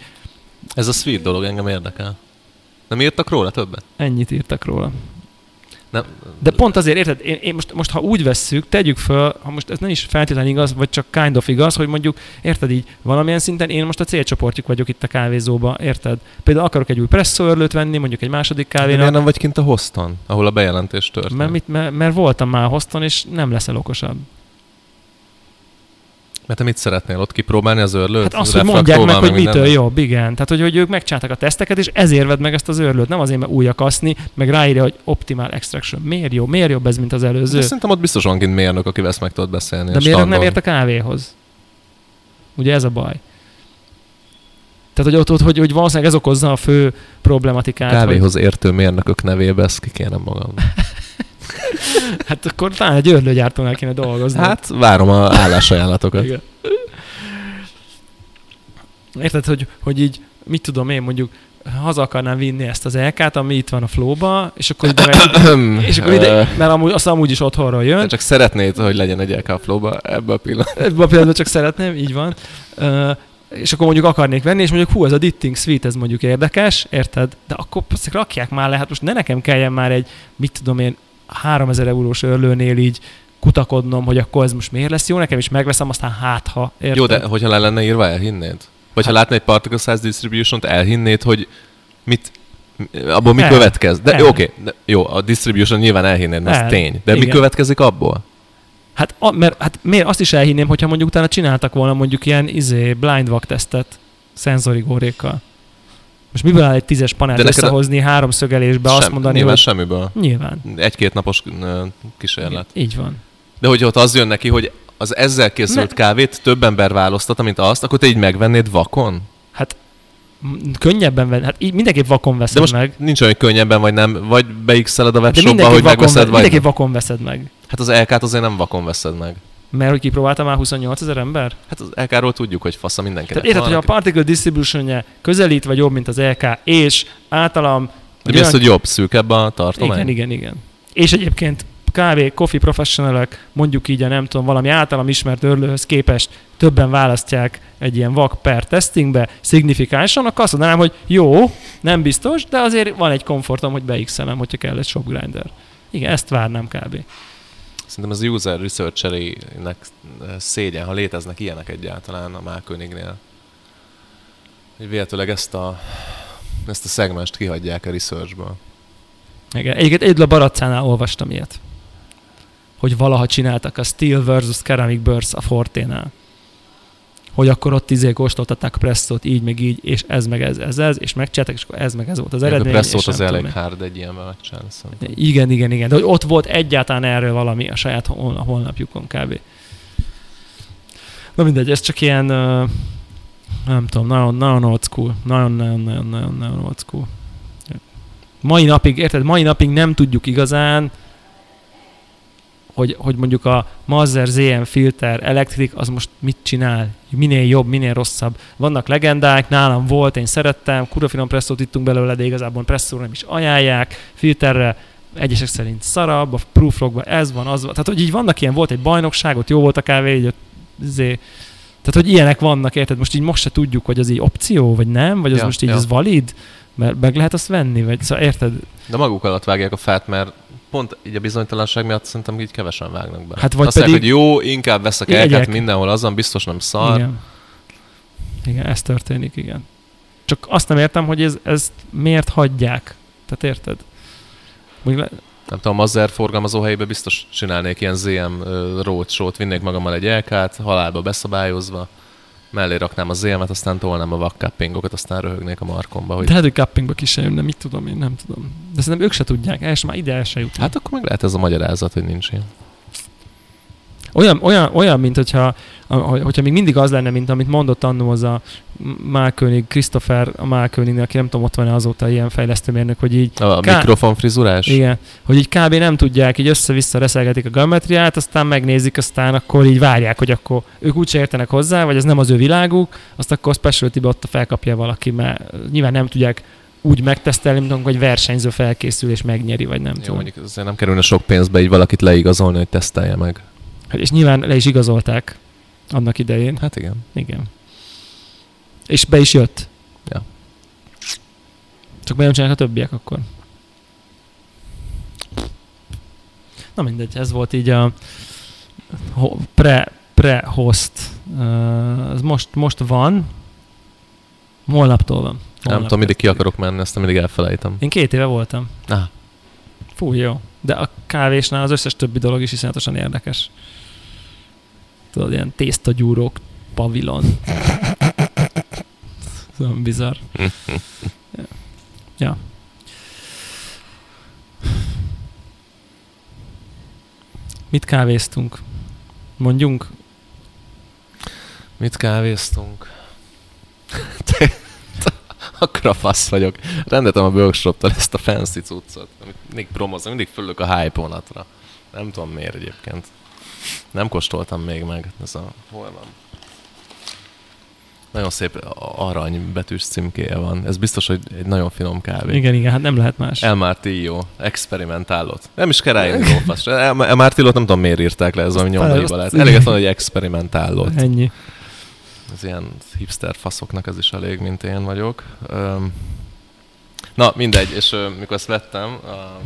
Speaker 2: Ez a sweet dolog engem érdekel. Nem írtak róla többet?
Speaker 1: ennyit írtak róla.
Speaker 2: Nem,
Speaker 1: De pont azért, érted, én, én most, most ha úgy vesszük, tegyük föl, ha most ez nem is feltétlenül igaz, vagy csak kind of igaz, hogy mondjuk, érted így, valamilyen szinten én most a célcsoportjuk vagyok itt a kávézóba, érted? Például akarok egy új presszóörlőt venni, mondjuk egy második
Speaker 2: De miért
Speaker 1: kávénak,
Speaker 2: nem vagy kint a hoston, ahol a bejelentés történt?
Speaker 1: mert, mit, mert, mert voltam már hozton, és nem leszel okosabb.
Speaker 2: Mert te mit szeretnél ott kipróbálni az örlőt?
Speaker 1: Hát azt,
Speaker 2: Az
Speaker 1: hogy mondják meg,
Speaker 2: refraktóval,
Speaker 1: hogy
Speaker 2: minden?
Speaker 1: mitől jobb, igen. Tehát, hogy, hogy ők megcsinálták a teszteket, és ezért vedd meg ezt az örlőt. Nem azért, mert új akaszni, meg ráírja, hogy optimal extraction. Miért jó? Miért jobb ez, mint az
Speaker 2: De
Speaker 1: előző?
Speaker 2: szerintem ott biztos van kint mérnök, aki ezt meg tudod beszélni.
Speaker 1: De
Speaker 2: és
Speaker 1: miért nem
Speaker 2: tagol.
Speaker 1: ért a kávéhoz? Ugye ez a baj. Tehát, hogy ott, ott hogy, hogy valószínűleg ez okozza a fő problematikát.
Speaker 2: Kávéhoz értő mérnökök nevébe ezt kikérem magam.
Speaker 1: Hogy, hát akkor talán egy örlőgyártónál kéne dolgozni.
Speaker 2: Hát várom a állásajánlatokat.
Speaker 1: Igen. érted, hogy, hogy így, mit tudom én, mondjuk haza akarnám vinni ezt az LK-t, ami itt van a flóba, és akkor ide, és akkor ide mert amúgy, azt amúgy is otthonról
Speaker 2: Te
Speaker 1: jön,
Speaker 2: csak szeretnéd, hogy legyen egy LK flóba ebbe a pillanatban.
Speaker 1: ebben a pillanatban csak szeretném, így van, Ö, és akkor mondjuk akarnék venni, és mondjuk hú, ez a Ditting Suite, ez mondjuk érdekes, érted? De akkor azt rakják már le, hát most ne nekem kelljen már egy, mit tudom én, 3000 eurós örlőnél így kutakodnom, hogy akkor ez most miért lesz jó, nekem is megveszem, aztán hát ha, érted?
Speaker 2: Jó, de hogyha le lenne írva, elhinnéd?
Speaker 1: Hát-
Speaker 2: Vagy ha látna egy Particle Size Distribution-t, elhinnéd, hogy mit, abból mi
Speaker 1: El.
Speaker 2: következ? De
Speaker 1: El.
Speaker 2: jó, oké, de jó, a distribution nyilván elhinnéd, mert
Speaker 1: El.
Speaker 2: ez tény. De mi
Speaker 1: Igen.
Speaker 2: következik abból?
Speaker 1: Hát, a, mert, hát miért azt is elhinném, hogyha mondjuk utána csináltak volna mondjuk ilyen izé, blind vak tesztet szenzori górékkal. Most miből áll egy tízes panelt
Speaker 2: De
Speaker 1: de
Speaker 2: neked a-
Speaker 1: összehozni háromszögelésbe, azt mondani,
Speaker 2: nyilván
Speaker 1: hogy
Speaker 2: semmiből.
Speaker 1: nyilván.
Speaker 2: Egy-két napos ö, kísérlet.
Speaker 1: Így van.
Speaker 2: De hogyha ott az jön neki, hogy az ezzel készült
Speaker 1: Ne-
Speaker 2: kávét több ember választotta, mint azt, akkor te így megvennéd vakon?
Speaker 1: M- Könnyebben venni, hát így mindenképp vakon veszed
Speaker 2: De most hát
Speaker 1: meg.
Speaker 2: nincs olyan, hogy könnyebben vagy nem, vagy beixeled a
Speaker 1: De
Speaker 2: webshopba,
Speaker 1: mindenképp
Speaker 2: hogy
Speaker 1: vakon,
Speaker 2: megveszed,
Speaker 1: veszed,
Speaker 2: vagy nem.
Speaker 1: mindenképp vakon veszed meg.
Speaker 2: Hát az LK-t azért nem vakon veszed meg.
Speaker 1: Mert hogy kipróbálta már 28 ezer ember?
Speaker 2: Hát az LK-ról tudjuk, hogy fasz a mindenkinek.
Speaker 1: Tehát Hát érted,
Speaker 2: van,
Speaker 1: hogy a
Speaker 2: aki-
Speaker 1: particle distribution közelít vagy jobb, mint az LK, és általam...
Speaker 2: De mi az, hogy jobb, szűkebb a tartomány?
Speaker 1: Igen, igen, igen. És egyébként kávé, coffee professional mondjuk így a nem tudom, valami általam ismert örlőhöz képest többen választják egy ilyen vak per testingbe szignifikánsan, akkor azt mondanám, hogy jó, nem biztos, de azért van egy komfortom, hogy beixelem, hogyha kell egy shop grinder. Igen, ezt várnám kb.
Speaker 2: Szerintem az user researcherének szégyen, ha léteznek ilyenek egyáltalán a Mákönignél. Hogy véletőleg ezt a, ezt a szegmest kihagyják a researchből.
Speaker 1: Igen. Egyébként egy a baracánál olvastam ilyet, hogy valaha csináltak a Steel versus Ceramic Burst a Forténál. Hogy akkor ott izé kóstoltatták a presszót így, meg így, és ez, meg ez, ez, ez, és megcsináltak, és akkor ez, meg ez volt az
Speaker 2: Még
Speaker 1: eredmény.
Speaker 2: A presszót
Speaker 1: és nem
Speaker 2: az
Speaker 1: tudom
Speaker 2: elég
Speaker 1: mi.
Speaker 2: hard egy ilyen meccsen, szerintem.
Speaker 1: Igen, igen, igen. De hogy ott volt egyáltalán erről valami a saját hol- a honlapjukon kb. Na mindegy, ez csak ilyen, ö, nem tudom, nagyon, nagyon old school. Nagyon, nagyon, nagyon, nagyon, nagyon old school. Mai napig, érted, mai napig nem tudjuk igazán, hogy, hogy mondjuk a Mazzer ZM filter elektrik az most mit csinál, minél jobb, minél rosszabb. Vannak legendák, nálam volt, én szerettem, kurva finom presszót ittunk belőle, de igazából presszóra nem is ajánlják, filterre egyesek szerint szarabb, a proofrogban ez van, az van. Tehát, hogy így vannak ilyen, volt egy bajnokság, ott jó volt a kávé, így ott, izé, tehát, hogy ilyenek vannak, érted? Most így most se tudjuk, hogy az így opció, vagy nem, vagy az
Speaker 2: Ja,
Speaker 1: most így
Speaker 2: ja.
Speaker 1: ez valid, mert meg lehet azt venni, vagy szóval érted?
Speaker 2: De maguk alatt vágják a fát, mert pont így a bizonytalanság miatt szerintem így kevesen vágnak be.
Speaker 1: Hát vagy
Speaker 2: Azt mondják,
Speaker 1: pedig-
Speaker 2: hogy jó, inkább veszek
Speaker 1: Igen,
Speaker 2: elket
Speaker 1: egyek.
Speaker 2: mindenhol, azon biztos nem szar.
Speaker 1: Igen. igen, ez történik, igen. Csak azt nem értem, hogy ez, ezt miért hagyják. Tehát érted? Mondjuk, le-
Speaker 2: Nem tudom, Mazzer forgalmazó helyébe biztos csinálnék ilyen ZM ö, roadshow-t, vinnék magammal egy LK-t, halálba beszabályozva, mellé raknám a ZM-et, aztán tolnám a vakkappingokat, aztán röhögnék a markomba, hogy
Speaker 1: de lehet, hogy cuppingba ki sem jönne, mit tudom én, nem tudom. De szerintem ők se tudják, el sem, már ide el se jut.
Speaker 2: hát akkor meg lehet ez a magyarázat, hogy nincs ilyen.
Speaker 1: Olyan, olyan, olyan mint hogyha, a- a- hogyha még mindig az lenne, mint amit mondott annó az a Málkönig, Christopher a Málkönignél, aki nem tudom, ott van azóta ilyen fejlesztőmérnök, hogy így
Speaker 2: A
Speaker 1: Ká-
Speaker 2: mikrofon frizurás?
Speaker 1: Igen, hogy így kb. nem tudják, így össze-vissza reszelgetik a geometriát, aztán megnézik, aztán akkor így várják, hogy akkor ők úgyse értenek hozzá, vagy ez nem az ő világuk, azt akkor a specialty ott felkapja valaki, mert nyilván nem tudják úgy megtesztelni, mint amikor egy versenyző felkészül és megnyeri, vagy nem
Speaker 2: Jó,
Speaker 1: tudom.
Speaker 2: mondjuk azért nem kerülne sok pénzbe így valakit leigazolni, hogy tesztelje meg.
Speaker 1: Hát, és nyilván le is igazolták annak idején.
Speaker 2: Hát igen.
Speaker 1: Igen. És be is jött.
Speaker 2: Ja.
Speaker 1: Csak miért nem csinálják a többiek akkor? Na mindegy, ez volt így a ho- pre, pre-host. Uh, ez most, most van. Holnaptól van.
Speaker 2: nem tudom, mindig ki akarok menni, ezt mindig elfelejtem.
Speaker 1: Én két éve voltam.
Speaker 2: Ah.
Speaker 1: Fú, jó. De a kávésnál az összes többi dolog is iszonyatosan érdekes. Tudod, ilyen tésztagyúrók, pavilon. Szóval bizarr. ja. Mit kávéztunk? Mondjunk?
Speaker 2: Mit kávéztunk? Te- te- Akkora fasz vagyok. Rendetem a workshoptól ezt a fancy cuccot, amit mindig promozom, mindig fölök a hype vonatra. Nem tudom miért egyébként. Nem kóstoltam még meg. Ez a... Hol van? Nagyon szép aranybetűs címkéje van. Ez biztos, hogy egy nagyon finom kávé.
Speaker 1: Igen, igen, hát nem lehet más.
Speaker 2: El Martillo, experimentálot. Nem is kell ráírni lófasz. El, El Martillot nem tudom, miért írták le, ez valami
Speaker 1: fel-
Speaker 2: nyomdaiba lehet. Elég van, hogy experimentálot.
Speaker 1: Ennyi.
Speaker 2: Az ilyen hipster faszoknak ez is elég, mint én vagyok. Öm, Na, mindegy, és ö, mikor ezt vettem, a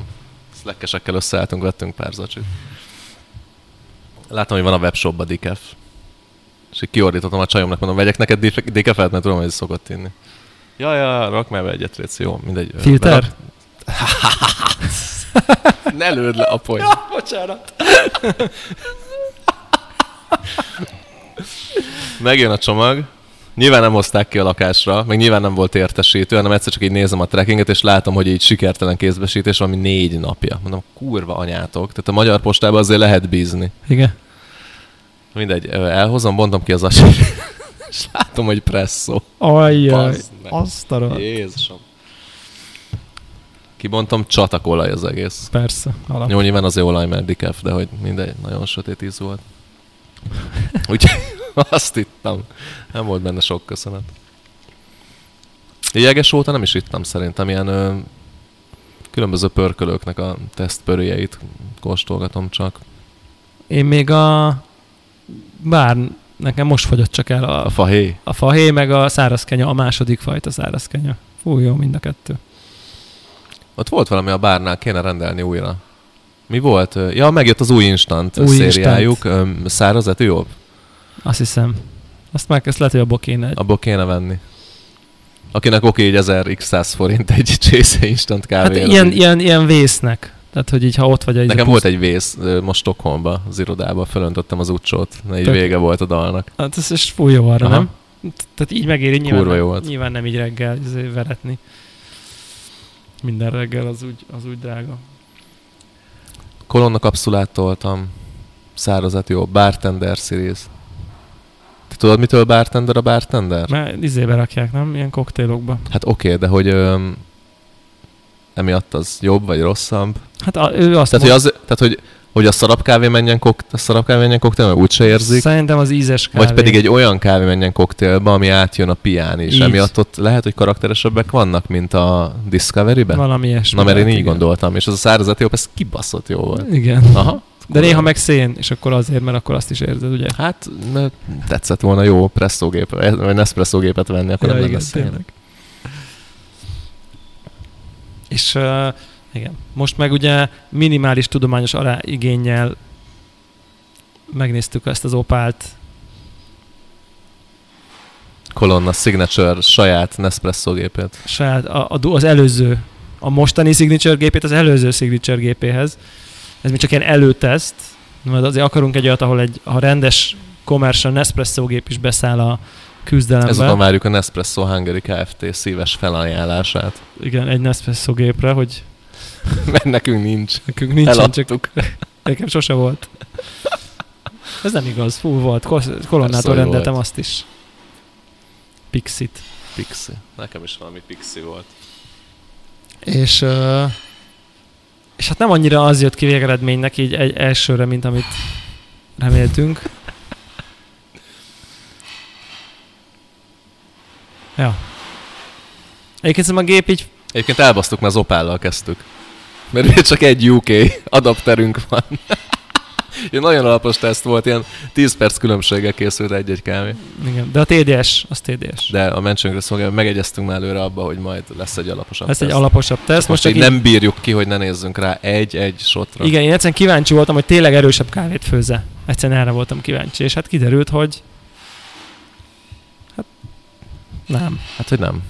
Speaker 2: szlekkesekkel összeálltunk, vettünk pár zacsit. Láttam, hogy van a webshopba decaf. És így kiordítottam a csajomnak, mondom, vegyek neked dif- decafet, mert tudom, hogy ez szokott inni. Ja, ja, rak már be egyet, Léci, jó, mindegy. Ö,
Speaker 1: Filter?
Speaker 2: berak- Ne lőd le a poén.
Speaker 1: Bocsánat.
Speaker 2: Megjön a csomag, nyilván nem hozták ki a lakásra, meg nyilván nem volt értesítő, hanem egyszer csak így nézem a trackinget, és látom, hogy így sikertelen kézbesítés van, ami négy napja. Mondom, kurva anyátok, tehát a magyar postában azért lehet bízni.
Speaker 1: Igen.
Speaker 2: Mindegy, ö, elhozom, bontom ki az asit, és látom, hogy presszó.
Speaker 1: Ajjaj.
Speaker 2: Bazd meg.
Speaker 1: Azt a rohadt.
Speaker 2: Jézusom. Kibontom, csatakolaj az egész.
Speaker 1: Persze, alap.
Speaker 2: Jó, nyilván azért olaj, mert decaf, de hogy mindegy, nagyon sötét íz volt. Úgyhogy azt ittam. Nem volt benne sok köszönet. Jeges óta nem is ittam szerintem, ilyen ö, különböző pörkölőknek a tesztpörőjeit kóstolgatom csak.
Speaker 1: Én még a... Bár nekem most fogyott csak el
Speaker 2: A
Speaker 1: a,
Speaker 2: fahé.
Speaker 1: a fahé, meg a szárazkenya, a második fajta szárazkenya. Fú, jó mind a kettő.
Speaker 2: Ott volt valami a bárnál, kéne rendelni újra. Mi volt? Ö, Ja, megjött az új instant
Speaker 1: Új
Speaker 2: új szériájuk. Instant. Száraz hát etőjobb?
Speaker 1: Azt hiszem. Azt már ezt lehet, hogy a bokén egy.
Speaker 2: Abból kéne venni. Akinek oké, így 1000x100 forint egy csésze instant
Speaker 1: Hát
Speaker 2: kávéra.
Speaker 1: ilyen, ilyen, ilyen vésznek. Tehát, hogy így, ha ott vagy egy...
Speaker 2: Nekem volt egy vész ö, most Stockholmba, az irodába, fölöntöttem az utcsót, na így
Speaker 1: Tök.
Speaker 2: vége volt a dalnak.
Speaker 1: Hát ez is fú jó arra,
Speaker 2: Aha.
Speaker 1: nem? Te- Tehát így megéri, nyilván,
Speaker 2: Kurva
Speaker 1: nem,
Speaker 2: jó volt.
Speaker 1: nyilván nem így reggel izé, veretni. Minden reggel az úgy, az úgy drága.
Speaker 2: Kolonna kapszulát toltam, szárazat jó, bartender series. Te tudod, mitől bartender a bartender?
Speaker 1: Mert izébe rakják, nem? Ilyen koktélokba.
Speaker 2: Hát oké, okay, de hogy öm, emiatt az jobb vagy rosszabb?
Speaker 1: Hát a, ő azt
Speaker 2: Tehát, hogy, az, tehát hogy, hogy a szarab kávé menjen, kok, a szarab kávé menjen koktél, mert úgyse érzik.
Speaker 1: Szerintem az ízes kávé.
Speaker 2: Vagy pedig egy olyan kávé menjen koktélba, ami átjön a pián is.
Speaker 1: Így.
Speaker 2: Emiatt ott lehet, hogy karakteresebbek vannak, mint a Discovery-ben.
Speaker 1: Valami ilyesmi.
Speaker 2: Na, mert én
Speaker 1: lehet,
Speaker 2: így
Speaker 1: igen.
Speaker 2: gondoltam, és az a szárazat jobb, ez kibaszott jó volt.
Speaker 1: Igen.
Speaker 2: Aha.
Speaker 1: De néha meg szén, és akkor azért, mert akkor azt is érzed, ugye?
Speaker 2: Hát, mert tetszett volna jó presszógép, vagy Nespresso-gépet venni, akkor ja, nem lenne szén.
Speaker 1: tényleg. És uh, igen, most meg ugye minimális tudományos alá igényel megnéztük ezt az opált.
Speaker 2: Kolonna Signature saját Nespresso-gépet.
Speaker 1: saját, a, a, du- az előző, a mostani signature gépét az előző signature gépéhez. Ez még csak ilyen előteszt, mert azért akarunk egy olyat, ahol egy a rendes commercial Nespresso gép is beszáll a küzdelembe.
Speaker 2: Ezután várjuk a Nespresso Hungary Kft. szíves felajánlását.
Speaker 1: Igen, egy Nespresso gépre, hogy
Speaker 2: Mert nekünk nincs.
Speaker 1: nekünk nincsen, csak
Speaker 2: Eladtuk.
Speaker 1: Nekem sose volt. Ez nem igaz, fú volt. Kos-
Speaker 2: Persze, hogy
Speaker 1: Kolonnától rendeltem
Speaker 2: volt.
Speaker 1: azt is. Pixit.
Speaker 2: Pixi. Nekem is valami pixi volt.
Speaker 1: És, ö, és hát nem annyira az jött ki végeredménynek így egy elsőre, mint amit reméltünk. Ja. Egyébként szerintem a gép így
Speaker 2: Egyébként elbasztuk, mert az Opállal kezdtük. Mert ugye csak egy UK adapterünk van. Ilyen nagyon alapos teszt volt, ilyen 10 perc különbséggel készült egy-egy kávé.
Speaker 1: igen, de a TDS, az TDS.
Speaker 2: De a mentségünkre szolgálva megegyeztünk már előre abba, hogy majd lesz egy alaposabb
Speaker 1: Ez egy
Speaker 2: teszt.
Speaker 1: alaposabb teszt.
Speaker 2: Most, most
Speaker 1: csak
Speaker 2: így nem bírjuk ki, hogy ne nézzünk rá egy-egy sotra.
Speaker 1: Igen, én egyszerűen kíváncsi voltam, hogy tényleg erősebb kávét főze. Egyszerűen erre voltam kíváncsi, és hát kiderült, hogy hát nem.
Speaker 2: Hát, hogy nem.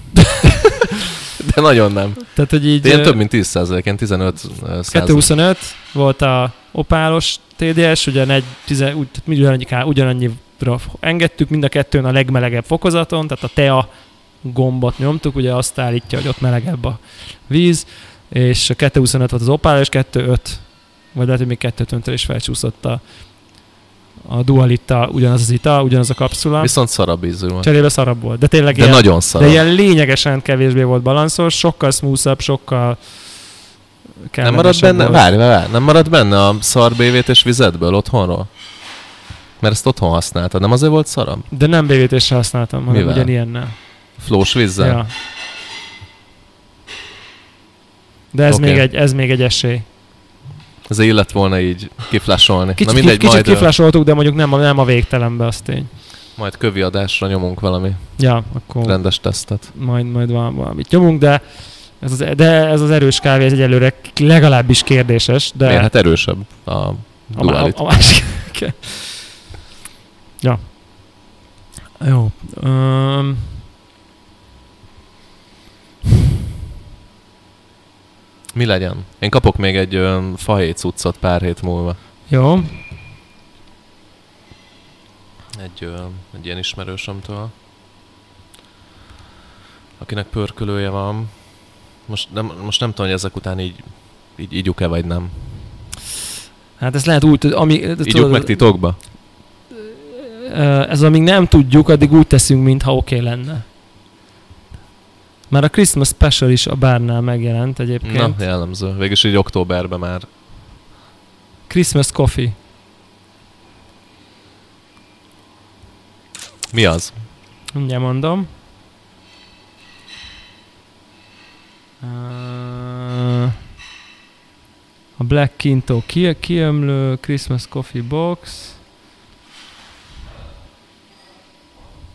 Speaker 2: De nagyon nem.
Speaker 1: Tehát, hogy így
Speaker 2: De ilyen
Speaker 1: ö,
Speaker 2: több, mint 10 százaléken, 15 százalék.
Speaker 1: 225 volt a opálos TDS, ugye negy, tize, úgy, tehát ugyanannyi, ká- ugyanannyira f- engedtük, mind a kettőn a legmelegebb fokozaton, tehát a tea gombot nyomtuk, ugye azt állítja, hogy ott melegebb a víz, és a 225 volt az opál, és 25, vagy lehet, hogy még 250 is felcsúszott a, a dualita, ugyanaz az ital, ugyanaz a kapszula.
Speaker 2: Viszont szarabb ízű van.
Speaker 1: Cserébe szarabb volt, de tényleg
Speaker 2: De
Speaker 1: ilyen,
Speaker 2: nagyon
Speaker 1: de
Speaker 2: szarabb.
Speaker 1: ilyen lényegesen kevésbé volt balanszos, sokkal smoothabb, sokkal
Speaker 2: Nem marad
Speaker 1: kellemesebb
Speaker 2: benne,
Speaker 1: volt.
Speaker 2: várj, várj, várj, nem marad benne a szar BV-t és vizetből otthonról? Mert ezt otthon használtad, nem azért volt szarabb?
Speaker 1: De nem bvt használtam, hanem
Speaker 2: Mivel?
Speaker 1: ugyanilyennel.
Speaker 2: Flós vízzel?
Speaker 1: Ja. De ez,
Speaker 2: Oké.
Speaker 1: okay. még egy, ez még egy esély.
Speaker 2: Ezért illet volna így kiflásolni.
Speaker 1: Kicsit,
Speaker 2: Na mindegy,
Speaker 1: kicsit
Speaker 2: majd, ö,
Speaker 1: kiflásoltuk, de mondjuk nem a, nem a végtelenbe, az tény.
Speaker 2: majd kövi adásra nyomunk valami
Speaker 1: Ja, akkor
Speaker 2: rendes tesztet.
Speaker 1: majd, majd van valamit nyomunk, de ez az, de ez az erős kávé, ez egyelőre legalábbis kérdéses, de
Speaker 2: De. Miért? Hát erősebb a
Speaker 1: a, a,
Speaker 2: dualit.
Speaker 1: a másik. Oké. ja. Jó. Um,
Speaker 2: Mi legyen? Én kapok még egy ö, fahéj cuccot pár hét múlva.
Speaker 1: jó.
Speaker 2: Egy, ö, egy ilyen ismerősömtől. Akinek pörkölője van. Most nem, most nem tudom, hogy ezek után így, így igyuk-e vagy nem.
Speaker 1: Hát ez lehet úgy, tud- ami,
Speaker 2: Igyuk meg titokba?
Speaker 1: Ö, ez amíg nem tudjuk, addig úgy teszünk, mintha oké okay lenne. Már a Christmas Special is a bárnál megjelent egyébként.
Speaker 2: Na, jellemző. Végülis így októberben már.
Speaker 1: Christmas Coffee.
Speaker 2: Mi az?
Speaker 1: Mindjárt mondom. Ö, A Black Kinto ki- kiömlő, Christmas Coffee Box.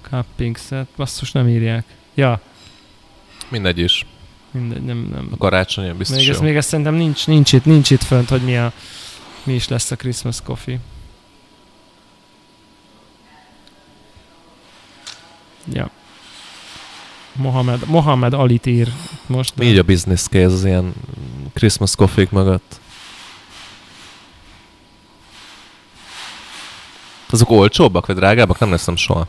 Speaker 1: Cupping set. Basszus, nem írják. Ja,
Speaker 2: Mindegy is.
Speaker 1: mindegy, nem, nem.
Speaker 2: A karácsonyon biztos
Speaker 1: Még
Speaker 2: jó.
Speaker 1: ez, még ez szerintem nincs, nincs itt, nincs itt fönt, hogy mi, a, mi is lesz a Christmas Coffee. Ja. Mohamed, Mohamed Alit ír most. de-
Speaker 2: Mi így a business case az ilyen Christmas coffee mögött? Azok olcsóbbak vagy drágábbak? Nem leszem soha.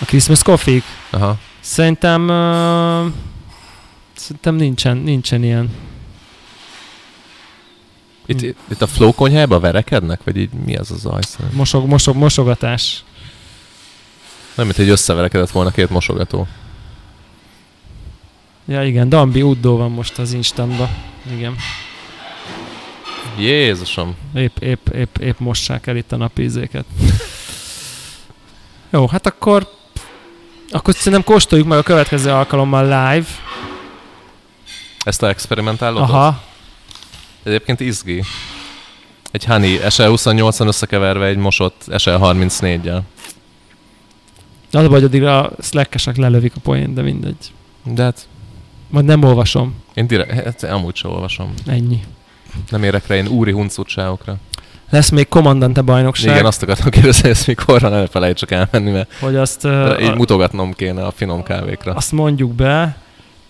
Speaker 1: A Christmas Coffee?
Speaker 2: Aha.
Speaker 1: Szerintem... Uh, szerintem nincsen, nincsen ilyen.
Speaker 2: Itt,
Speaker 1: Hm.
Speaker 2: itt a flow konyhájában verekednek? Vagy így mi az a zaj? szerintem?
Speaker 1: Mosog, mosog, mosogatás.
Speaker 2: Nem, mint hogy összeverekedett volna két mosogató.
Speaker 1: Ja igen, Dambi Uddó van most az Instantban. Igen.
Speaker 2: Jézusom.
Speaker 1: Épp, épp, épp, épp mossák el itt a napízéket. Jó, hát akkor akkor szerintem kóstoljuk meg a következő alkalommal live.
Speaker 2: Ezt a experimentálod?
Speaker 1: Aha,
Speaker 2: Egyébként izgi. Egy Honey SL28-an összekeverve egy mosott SL34-jel.
Speaker 1: az a baj, hogy addigra a slackesek lelövik a poént, de mindegy.
Speaker 2: De hát
Speaker 1: Majd nem olvasom,
Speaker 2: én direkt, hát amúgy sem olvasom.
Speaker 1: ennyi.
Speaker 2: Nem érek rá én úri huncutságokra.
Speaker 1: Lesz még kommandante bajnokság,
Speaker 2: Ság. Igen, azt akartam kérdezni, ezt mikorra ne felejtsek elmenni, mert
Speaker 1: hogy azt,
Speaker 2: de
Speaker 1: uh,
Speaker 2: így
Speaker 1: a,
Speaker 2: mutogatnom kéne a finom kávékra.
Speaker 1: azt mondjuk be.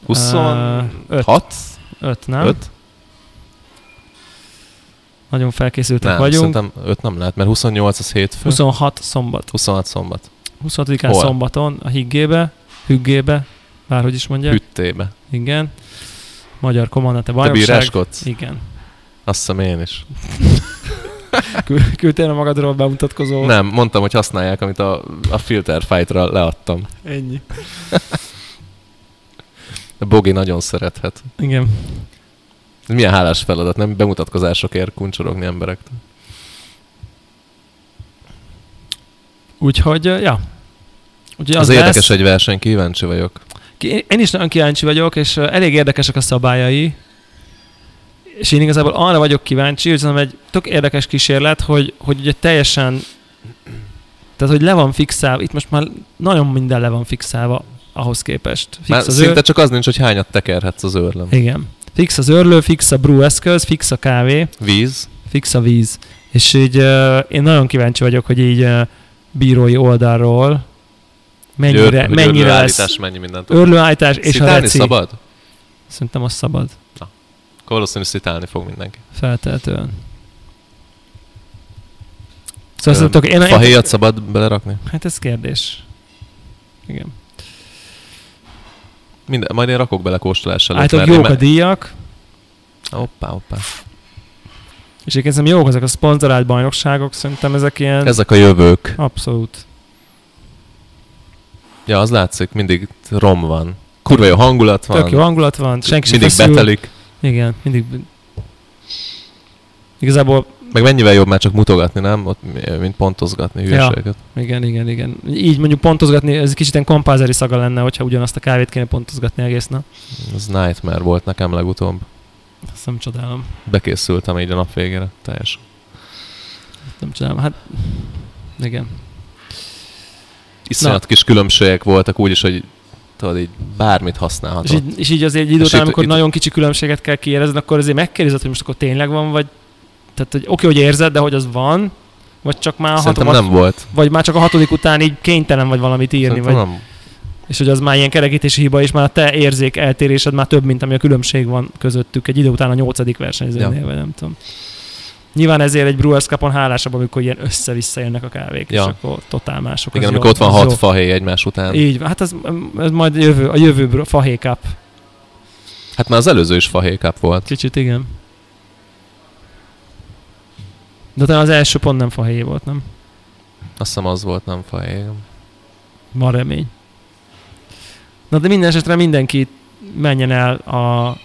Speaker 2: 26?
Speaker 1: öt. 5, nem?
Speaker 2: 5?
Speaker 1: Nagyon felkészültek
Speaker 2: Nem,
Speaker 1: vagyunk.
Speaker 2: szerintem 5 nem lehet, mert 28 az hétfő,
Speaker 1: 26 szombat.
Speaker 2: 26 szombat.
Speaker 1: 26-án
Speaker 2: Hol?
Speaker 1: szombaton a higgébe, hüggébe, bárhogy is mondják.
Speaker 2: Hüttébe.
Speaker 1: Igen. Magyar Kommandante
Speaker 2: Te
Speaker 1: Bajnokság.
Speaker 2: bíráskodsz?
Speaker 1: Igen.
Speaker 2: Azt hiszem én is.
Speaker 1: Kü- Küldtél a magadról bemutatkozó.
Speaker 2: Nem, mondtam, hogy használják, amit a, a filter fight-ra leadtam.
Speaker 1: Ennyi.
Speaker 2: De Bogi nagyon szerethet.
Speaker 1: Igen.
Speaker 2: Ez milyen hálás feladat, nem bemutatkozásokért kuncsorogni emberektől.
Speaker 1: Úgyhogy, ja. Úgyhogy
Speaker 2: Az,
Speaker 1: az,
Speaker 2: az
Speaker 1: lesz.
Speaker 2: érdekes egy verseny, kíváncsi vagyok.
Speaker 1: Ki- Én is nagyon kíváncsi vagyok, és ö, elég érdekesek a szabályai. És én igazából arra vagyok kíváncsi, hogy szerintem egy tök érdekes kísérlet, hogy, hogy ugye teljesen, tehát hogy le van fixálva, itt most már nagyon minden le van fixálva ahhoz képest. Fix
Speaker 2: Már
Speaker 1: az
Speaker 2: szinte csak az nincs, hogy hányat tekerhetsz az őrlem.
Speaker 1: ő... Igen. Fix az örlő, fix a brew eszköz, fix a kávé.
Speaker 2: Víz,
Speaker 1: fix a víz. És így uh, én nagyon kíváncsi vagyok, hogy így uh, bírói oldalról
Speaker 2: hogy
Speaker 1: mennyire,
Speaker 2: őr- hogy
Speaker 1: mennyire
Speaker 2: őrlőállítás,
Speaker 1: lesz
Speaker 2: mennyi mindent.
Speaker 1: örlőállítás és a
Speaker 2: Szitálni
Speaker 1: reci.
Speaker 2: szabad?
Speaker 1: Szerintem az szabad,
Speaker 2: Akkor valószínű szitálni fog mindenki.
Speaker 1: feltehetően. Szóval szerintem tök- én, én,
Speaker 2: Fahéjat szabad belerakni?
Speaker 1: hát ez kérdés. Igen.
Speaker 2: Minden, majd én rakok bele kóstolás előtt.
Speaker 1: Állítólag
Speaker 2: mert
Speaker 1: jók
Speaker 2: én
Speaker 1: a díjak,
Speaker 2: me- Hoppá, hoppá.
Speaker 1: és egyébként szerintem jók ezek a szponzorált bajnokságok, szerintem ezek ilyen...
Speaker 2: Ezek a jövők.
Speaker 1: Abszolút.
Speaker 2: Ja, az látszik, mindig rom van. Kurva jó hangulat van.
Speaker 1: Tök jó hangulat van, senki sem
Speaker 2: mindig
Speaker 1: feszül.
Speaker 2: betelik.
Speaker 1: Igen, mindig... Igazából
Speaker 2: Meg mennyivel jobb már csak mutogatni, nem? Ott, mint pontozgatni hülyeségeket.
Speaker 1: Igen, igen, igen. Így mondjuk pontozgatni, ez kicsit ilyen kompázeri szaga lenne, hogyha ugyanazt a kávét kéne pontozgatni egész nap.
Speaker 2: Ez nightmare volt nekem legutóbb.
Speaker 1: Azt nem csodálom.
Speaker 2: Bekészültem így a nap végére, teljesen.
Speaker 1: Azt nem csodálom. Hát, igen.
Speaker 2: Iszonyat kis különbségek voltak úgyis, hogy tudod, így bármit
Speaker 1: És
Speaker 2: használhatod.
Speaker 1: így, és így azért egy idő
Speaker 2: Hát És
Speaker 1: után,
Speaker 2: itt-
Speaker 1: amikor
Speaker 2: itt-
Speaker 1: nagyon kicsi különbséget kell kiérezni, akkor azért megkérdezed, hogy most akkor tényleg van, vagy... Tehát, hogy oké, hogy érzed, de hogy az van, vagy csak már a
Speaker 2: Szerintem
Speaker 1: hatomat,
Speaker 2: nem volt.
Speaker 1: vagy már csak a hatodik után így kénytelen vagy valamit írni,
Speaker 2: Szerintem
Speaker 1: vagy,
Speaker 2: nem.
Speaker 1: és hogy az már ilyen kerekítési hiba, és már a te érzék eltérésed már több, mint ami a különbség van közöttük egy idő után a nyolcadik versenyzőnél,
Speaker 2: Ja.
Speaker 1: vagy nem tudom. Nyilván ezért egy Brewers Cupon hálásabb, amikor ilyen össze-vissza jönnek a kávék, ja.
Speaker 2: Ja.
Speaker 1: és akkor totál mások.
Speaker 2: Igen,
Speaker 1: az
Speaker 2: amikor
Speaker 1: jó,
Speaker 2: ott van
Speaker 1: az
Speaker 2: hat
Speaker 1: jó.
Speaker 2: fahéj egymás után.
Speaker 1: Így, van. hát ez, ez majd a jövő, a jövő Bru- Fahé Cup.
Speaker 2: Hát már az előző is fahéj cup volt.
Speaker 1: Kicsit, igen. De talán az első pont nem fahéjé volt, nem?
Speaker 2: Azt hiszem az volt, nem fahéj.
Speaker 1: Van remény. Na de minden esetre mindenki menjen el a,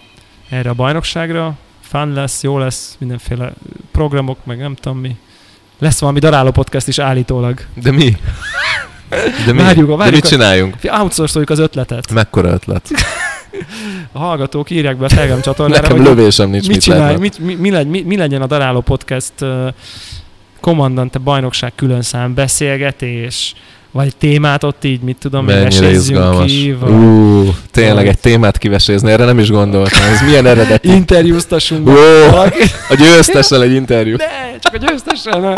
Speaker 1: erre a bajnokságra. Fun lesz, jó lesz, mindenféle programok, meg nem tudom mi. Lesz valami daráló podcast is állítólag.
Speaker 2: De mi? De mi?
Speaker 1: Várjuk a-
Speaker 2: De
Speaker 1: várjuk
Speaker 2: mit
Speaker 1: a-
Speaker 2: csináljunk?
Speaker 1: Fi- Outsourcoljuk az ötletet.
Speaker 2: Mekkora ötlet?
Speaker 1: A hallgatók írják be a Telegram csatornára,
Speaker 2: Nekem
Speaker 1: hogy
Speaker 2: lövésem nincs,
Speaker 1: mit
Speaker 2: mit
Speaker 1: csinálj,
Speaker 2: lehet.
Speaker 1: mit, mi, mi, legy, mi, mi legyen a daráló podcast uh, kommandante bajnokság külön szám beszélgetés, vagy témát ott így, mit tudom, én,
Speaker 2: Mennyire
Speaker 1: esézzünk
Speaker 2: izgalmas.
Speaker 1: ki, vagy
Speaker 2: Ú, tényleg
Speaker 1: vagy-
Speaker 2: egy témát kivesézni, erre nem is gondoltam. Ez milyen eredeti?
Speaker 1: interjúztassunk
Speaker 2: Ó,
Speaker 1: valaki.
Speaker 2: a győztessel egy interjú.
Speaker 1: Ne, csak a győztesre, ne.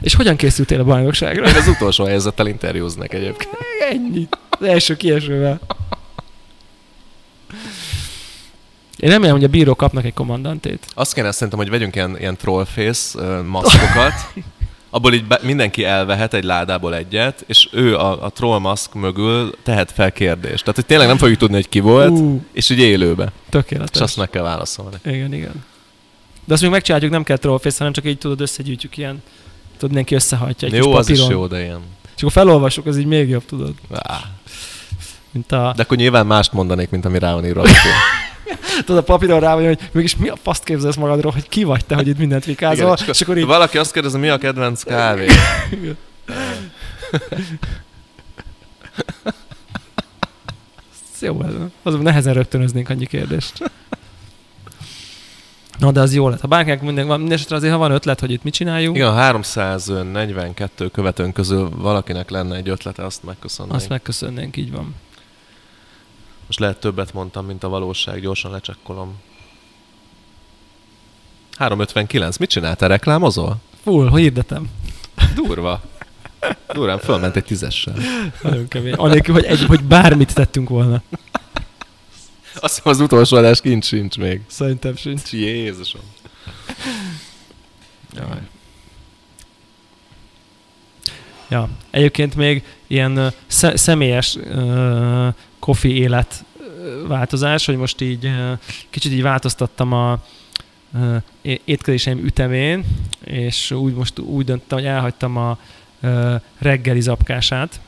Speaker 1: És hogyan készültél a bajnokságra?
Speaker 2: Én az utolsó helyzettel interjúznak egyébként.
Speaker 1: Ennyi. Az első kiesővel. Én remélem, hogy a bírók kapnak egy kommandantét.
Speaker 2: Azt kéne szerintem, hogy vegyünk ilyen, ilyen trollface ö, maszkokat, abból így be, mindenki elvehet egy ládából egyet, és ő a, a troll maszk mögül tehet fel kérdést. Tehát, hogy tényleg nem fogjuk tudni, hogy ki volt, uh.
Speaker 1: Ú,
Speaker 2: és így élőbe. És
Speaker 1: tökéletes.
Speaker 2: azt meg kell válaszolni.
Speaker 1: Igen, igen. De azt még megcsináljuk, nem kell trollfész, hanem csak így tudod, összegyűjtjük ilyen, tudod, mindenki összehajtja egy
Speaker 2: jó,
Speaker 1: kis
Speaker 2: az
Speaker 1: papíron.
Speaker 2: is jó, de ilyen.
Speaker 1: És akkor felolvasok, az így még jobb, tudod,
Speaker 2: Á,
Speaker 1: mint a...
Speaker 2: de akkor nyilván mást mondanék, mint ami rá van írva. alapul.
Speaker 1: Tudod, a papíron rá vagy, hogy mégis mi a faszt képzelsz magadról, hogy ki vagy te, hogy itt mindent
Speaker 2: Igen,
Speaker 1: vikázol, és, és akkor így
Speaker 2: Valaki azt kérdezi, mi a kedvenc kávé?
Speaker 1: Ez Hát jó lenne. Azon nehezen rögtönöznénk annyi kérdést. Na, de az jó lett. Ha bárkinek minden van, mindesetre azért, ha van ötlet, hogy itt mit csináljunk,
Speaker 2: Igen, a 342 követőn közül valakinek lenne egy ötlete, azt megköszönnék.
Speaker 1: azt megköszönnénk, így van.
Speaker 2: Most lehet többet mondtam, mint a valóság, gyorsan lecsekkolom. 359, mit csináltál, reklámozol?
Speaker 1: Full, hogy hirdetem.
Speaker 2: Durva. Durán fölment egy tízessel.
Speaker 1: Nagyon kemény. Anélkül, hogy, egy, hogy bármit tettünk volna.
Speaker 2: Azt hiszem az utolsó adás kint sincs még.
Speaker 1: Szerintem sincs.
Speaker 2: Jézusom. Jaj.
Speaker 1: Ja. Egyébként még ilyen ö, sze- személyes ö, kofi élet ö, változás, hogy most így ö, kicsit így változtattam a ö, é- étkezéseim ütemén, és úgy most úgy döntöttem, hogy elhagytam a ö, reggeli zapkását.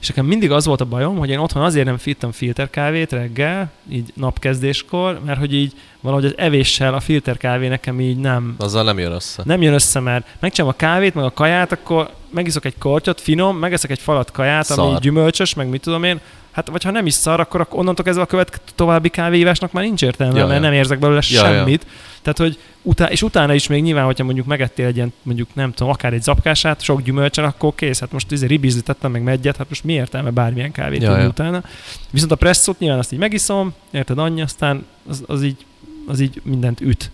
Speaker 1: És nekem mindig az volt a bajom, hogy én otthon azért nem fittem filterkávét reggel, így napkezdéskor, mert hogy így valahogy az evéssel a filterkávé nekem így nem
Speaker 2: Azzal nem jön össze.
Speaker 1: nem jön össze, mert megcsinálom a kávét, meg a kaját, akkor megiszok egy kortyot, finom, megeszek egy falat kaját, ami
Speaker 2: Szar.
Speaker 1: gyümölcsös, meg mit tudom én. Hát, vagy ha nem is szar, akkor, akkor onnantól kezdve a követ további kávéívásnak már nincs értelme,
Speaker 2: Ja,
Speaker 1: mert
Speaker 2: ja.
Speaker 1: nem érzek belőle
Speaker 2: Ja, ja.
Speaker 1: semmit. Tehát, hogy utá- és utána is még nyilván, hogyha mondjuk megettél egy ilyen, mondjuk nem tudom, akár egy zapkását, sok gyümölcsön, akkor kész. Hát most izé ribizlit tettem meg megyet, hát most mi értelme bármilyen kávét
Speaker 2: Ja,
Speaker 1: ja,
Speaker 2: ja.
Speaker 1: utána. Viszont a presszót nyilván azt így megiszom, érted annyi, aztán az, az így az így mindent üt.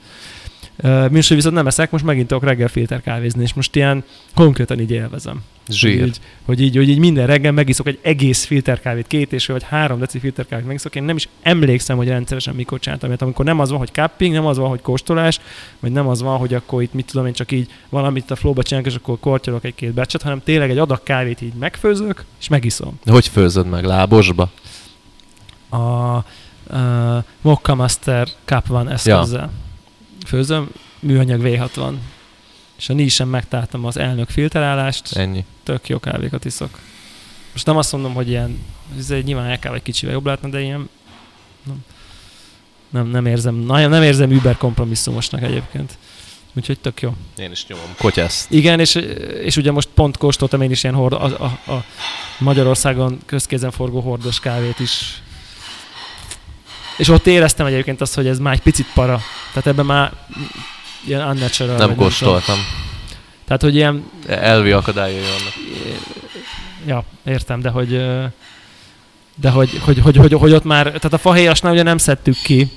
Speaker 1: Uh, Műsor viszont nem eszek, most megint tudok reggel filter kávézni, és most ilyen konkrétan így élvezem. Hogy
Speaker 2: Zsír.
Speaker 1: így, hogy, így, hogy így minden reggel megiszok egy egész filterkávét, két és fél vagy három deci filterkávét megiszok, én nem is emlékszem, hogy rendszeresen mikor csináltam, mert amikor nem az van, hogy cupping, nem az van, hogy kóstolás, vagy nem az van, hogy akkor itt mit tudom én csak így valamit a flóba csinálok, és akkor kortyolok egy-két becset, hanem tényleg egy adag kávét így megfőzök, és megiszom
Speaker 2: De Hogy főzöd meg? Lábosba?
Speaker 1: a uh, Mokka Master Cup van eszközzel. Ja. Főzöm, műanyag V60. És a nísen megtáltam az elnök filterálást,
Speaker 2: Ennyi.
Speaker 1: tök jó kávékat iszok. Most nem azt mondom, hogy ilyen, ez egy nyilván LKV egy kicsivel jobb lehetne, de ilyen nem, nem, nem érzem, nagyon nem érzem über kompromisszumosnak egyébként. Úgyhogy tök jó.
Speaker 2: Én is nyomom kotyeszt.
Speaker 1: Igen, és, és ugye most pont kóstoltam én is ilyen hord, a, a, a Magyarországon közkézen forgó hordos kávét is. És ott éreztem egyébként azt, hogy ez már egy picit para. Tehát ebben már ilyen unnatural. vagy
Speaker 2: Nem
Speaker 1: tudom.
Speaker 2: kóstoltam.
Speaker 1: Tehát, hogy ilyen,
Speaker 2: Elvi akadályai vannak.
Speaker 1: ja, értem, de hogy, ö, de hogy, hogy, hogy, hogy, hogy ott már, tehát a fahéjasnál ugye nem szedtük ki,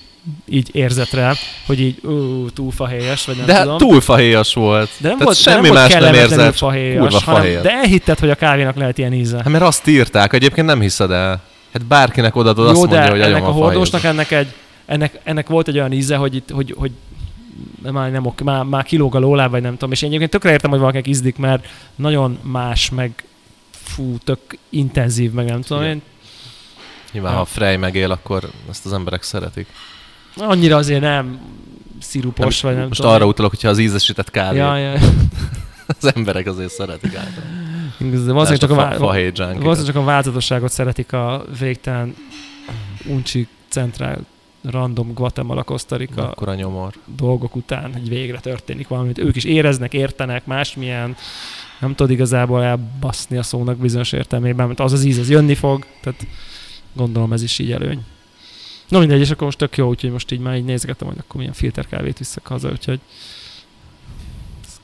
Speaker 1: így érzetre, hogy így ú, túl fahéjas, vagy nem
Speaker 2: De
Speaker 1: tudom.
Speaker 2: hát túl fahéjas volt.
Speaker 1: De nem
Speaker 2: Tehát
Speaker 1: volt,
Speaker 2: semmi
Speaker 1: de nem
Speaker 2: más
Speaker 1: volt
Speaker 2: nem
Speaker 1: kellemetlenül
Speaker 2: érzett, csak
Speaker 1: fahéjas,
Speaker 2: kurva
Speaker 1: hanem,
Speaker 2: fahéjas.
Speaker 1: De elhitted, hogy a kávénak lehet ilyen íze.
Speaker 2: Hát mert azt írták, egyébként nem hiszed el. Hát bárkinek odaadod, azt
Speaker 1: Jó,
Speaker 2: mondja,
Speaker 1: de
Speaker 2: hogy
Speaker 1: ennek
Speaker 2: agyom
Speaker 1: a
Speaker 2: a
Speaker 1: hordósnak
Speaker 2: fahéjas.
Speaker 1: ennek, egy, ennek, ennek volt egy olyan íze, hogy, itt, hogy, hogy már, nem, ok- már, már kilóg a lóláb, vagy nem tudom. És én egyébként tökre értem, hogy valakinek izdik, mert nagyon más, meg fú, tök intenzív, meg nem tudom.
Speaker 2: Igen.
Speaker 1: Én
Speaker 2: Nyilván, ha Frey megél, akkor ezt az emberek szeretik.
Speaker 1: annyira azért nem szirupos,
Speaker 2: Nem,
Speaker 1: vagy nem
Speaker 2: most
Speaker 1: tudom.
Speaker 2: arra utalok, hogyha az ízesített kávé,
Speaker 1: Ja, ja.
Speaker 2: az emberek azért szeretik általában.
Speaker 1: Valószínűleg csak a,
Speaker 2: fa,
Speaker 1: vá-
Speaker 2: fahéj junkie.
Speaker 1: Valószínűleg csak a változatosságot szeretik a végtelen uncsi centrál random Guatemala, Costa Rica
Speaker 2: Akkor a nyomor.
Speaker 1: dolgok után, hogy végre történik valamit. Ők is éreznek, értenek, másmilyen, nem tudod igazából elbaszni a szónak bizonyos értelmében, mert az az íz, az jönni fog, tehát gondolom ez is így előny. Na mindegy, és akkor most tök jó, úgyhogy most így már így nézgetem, hogy akkor milyen filterkávét viszek haza, úgyhogy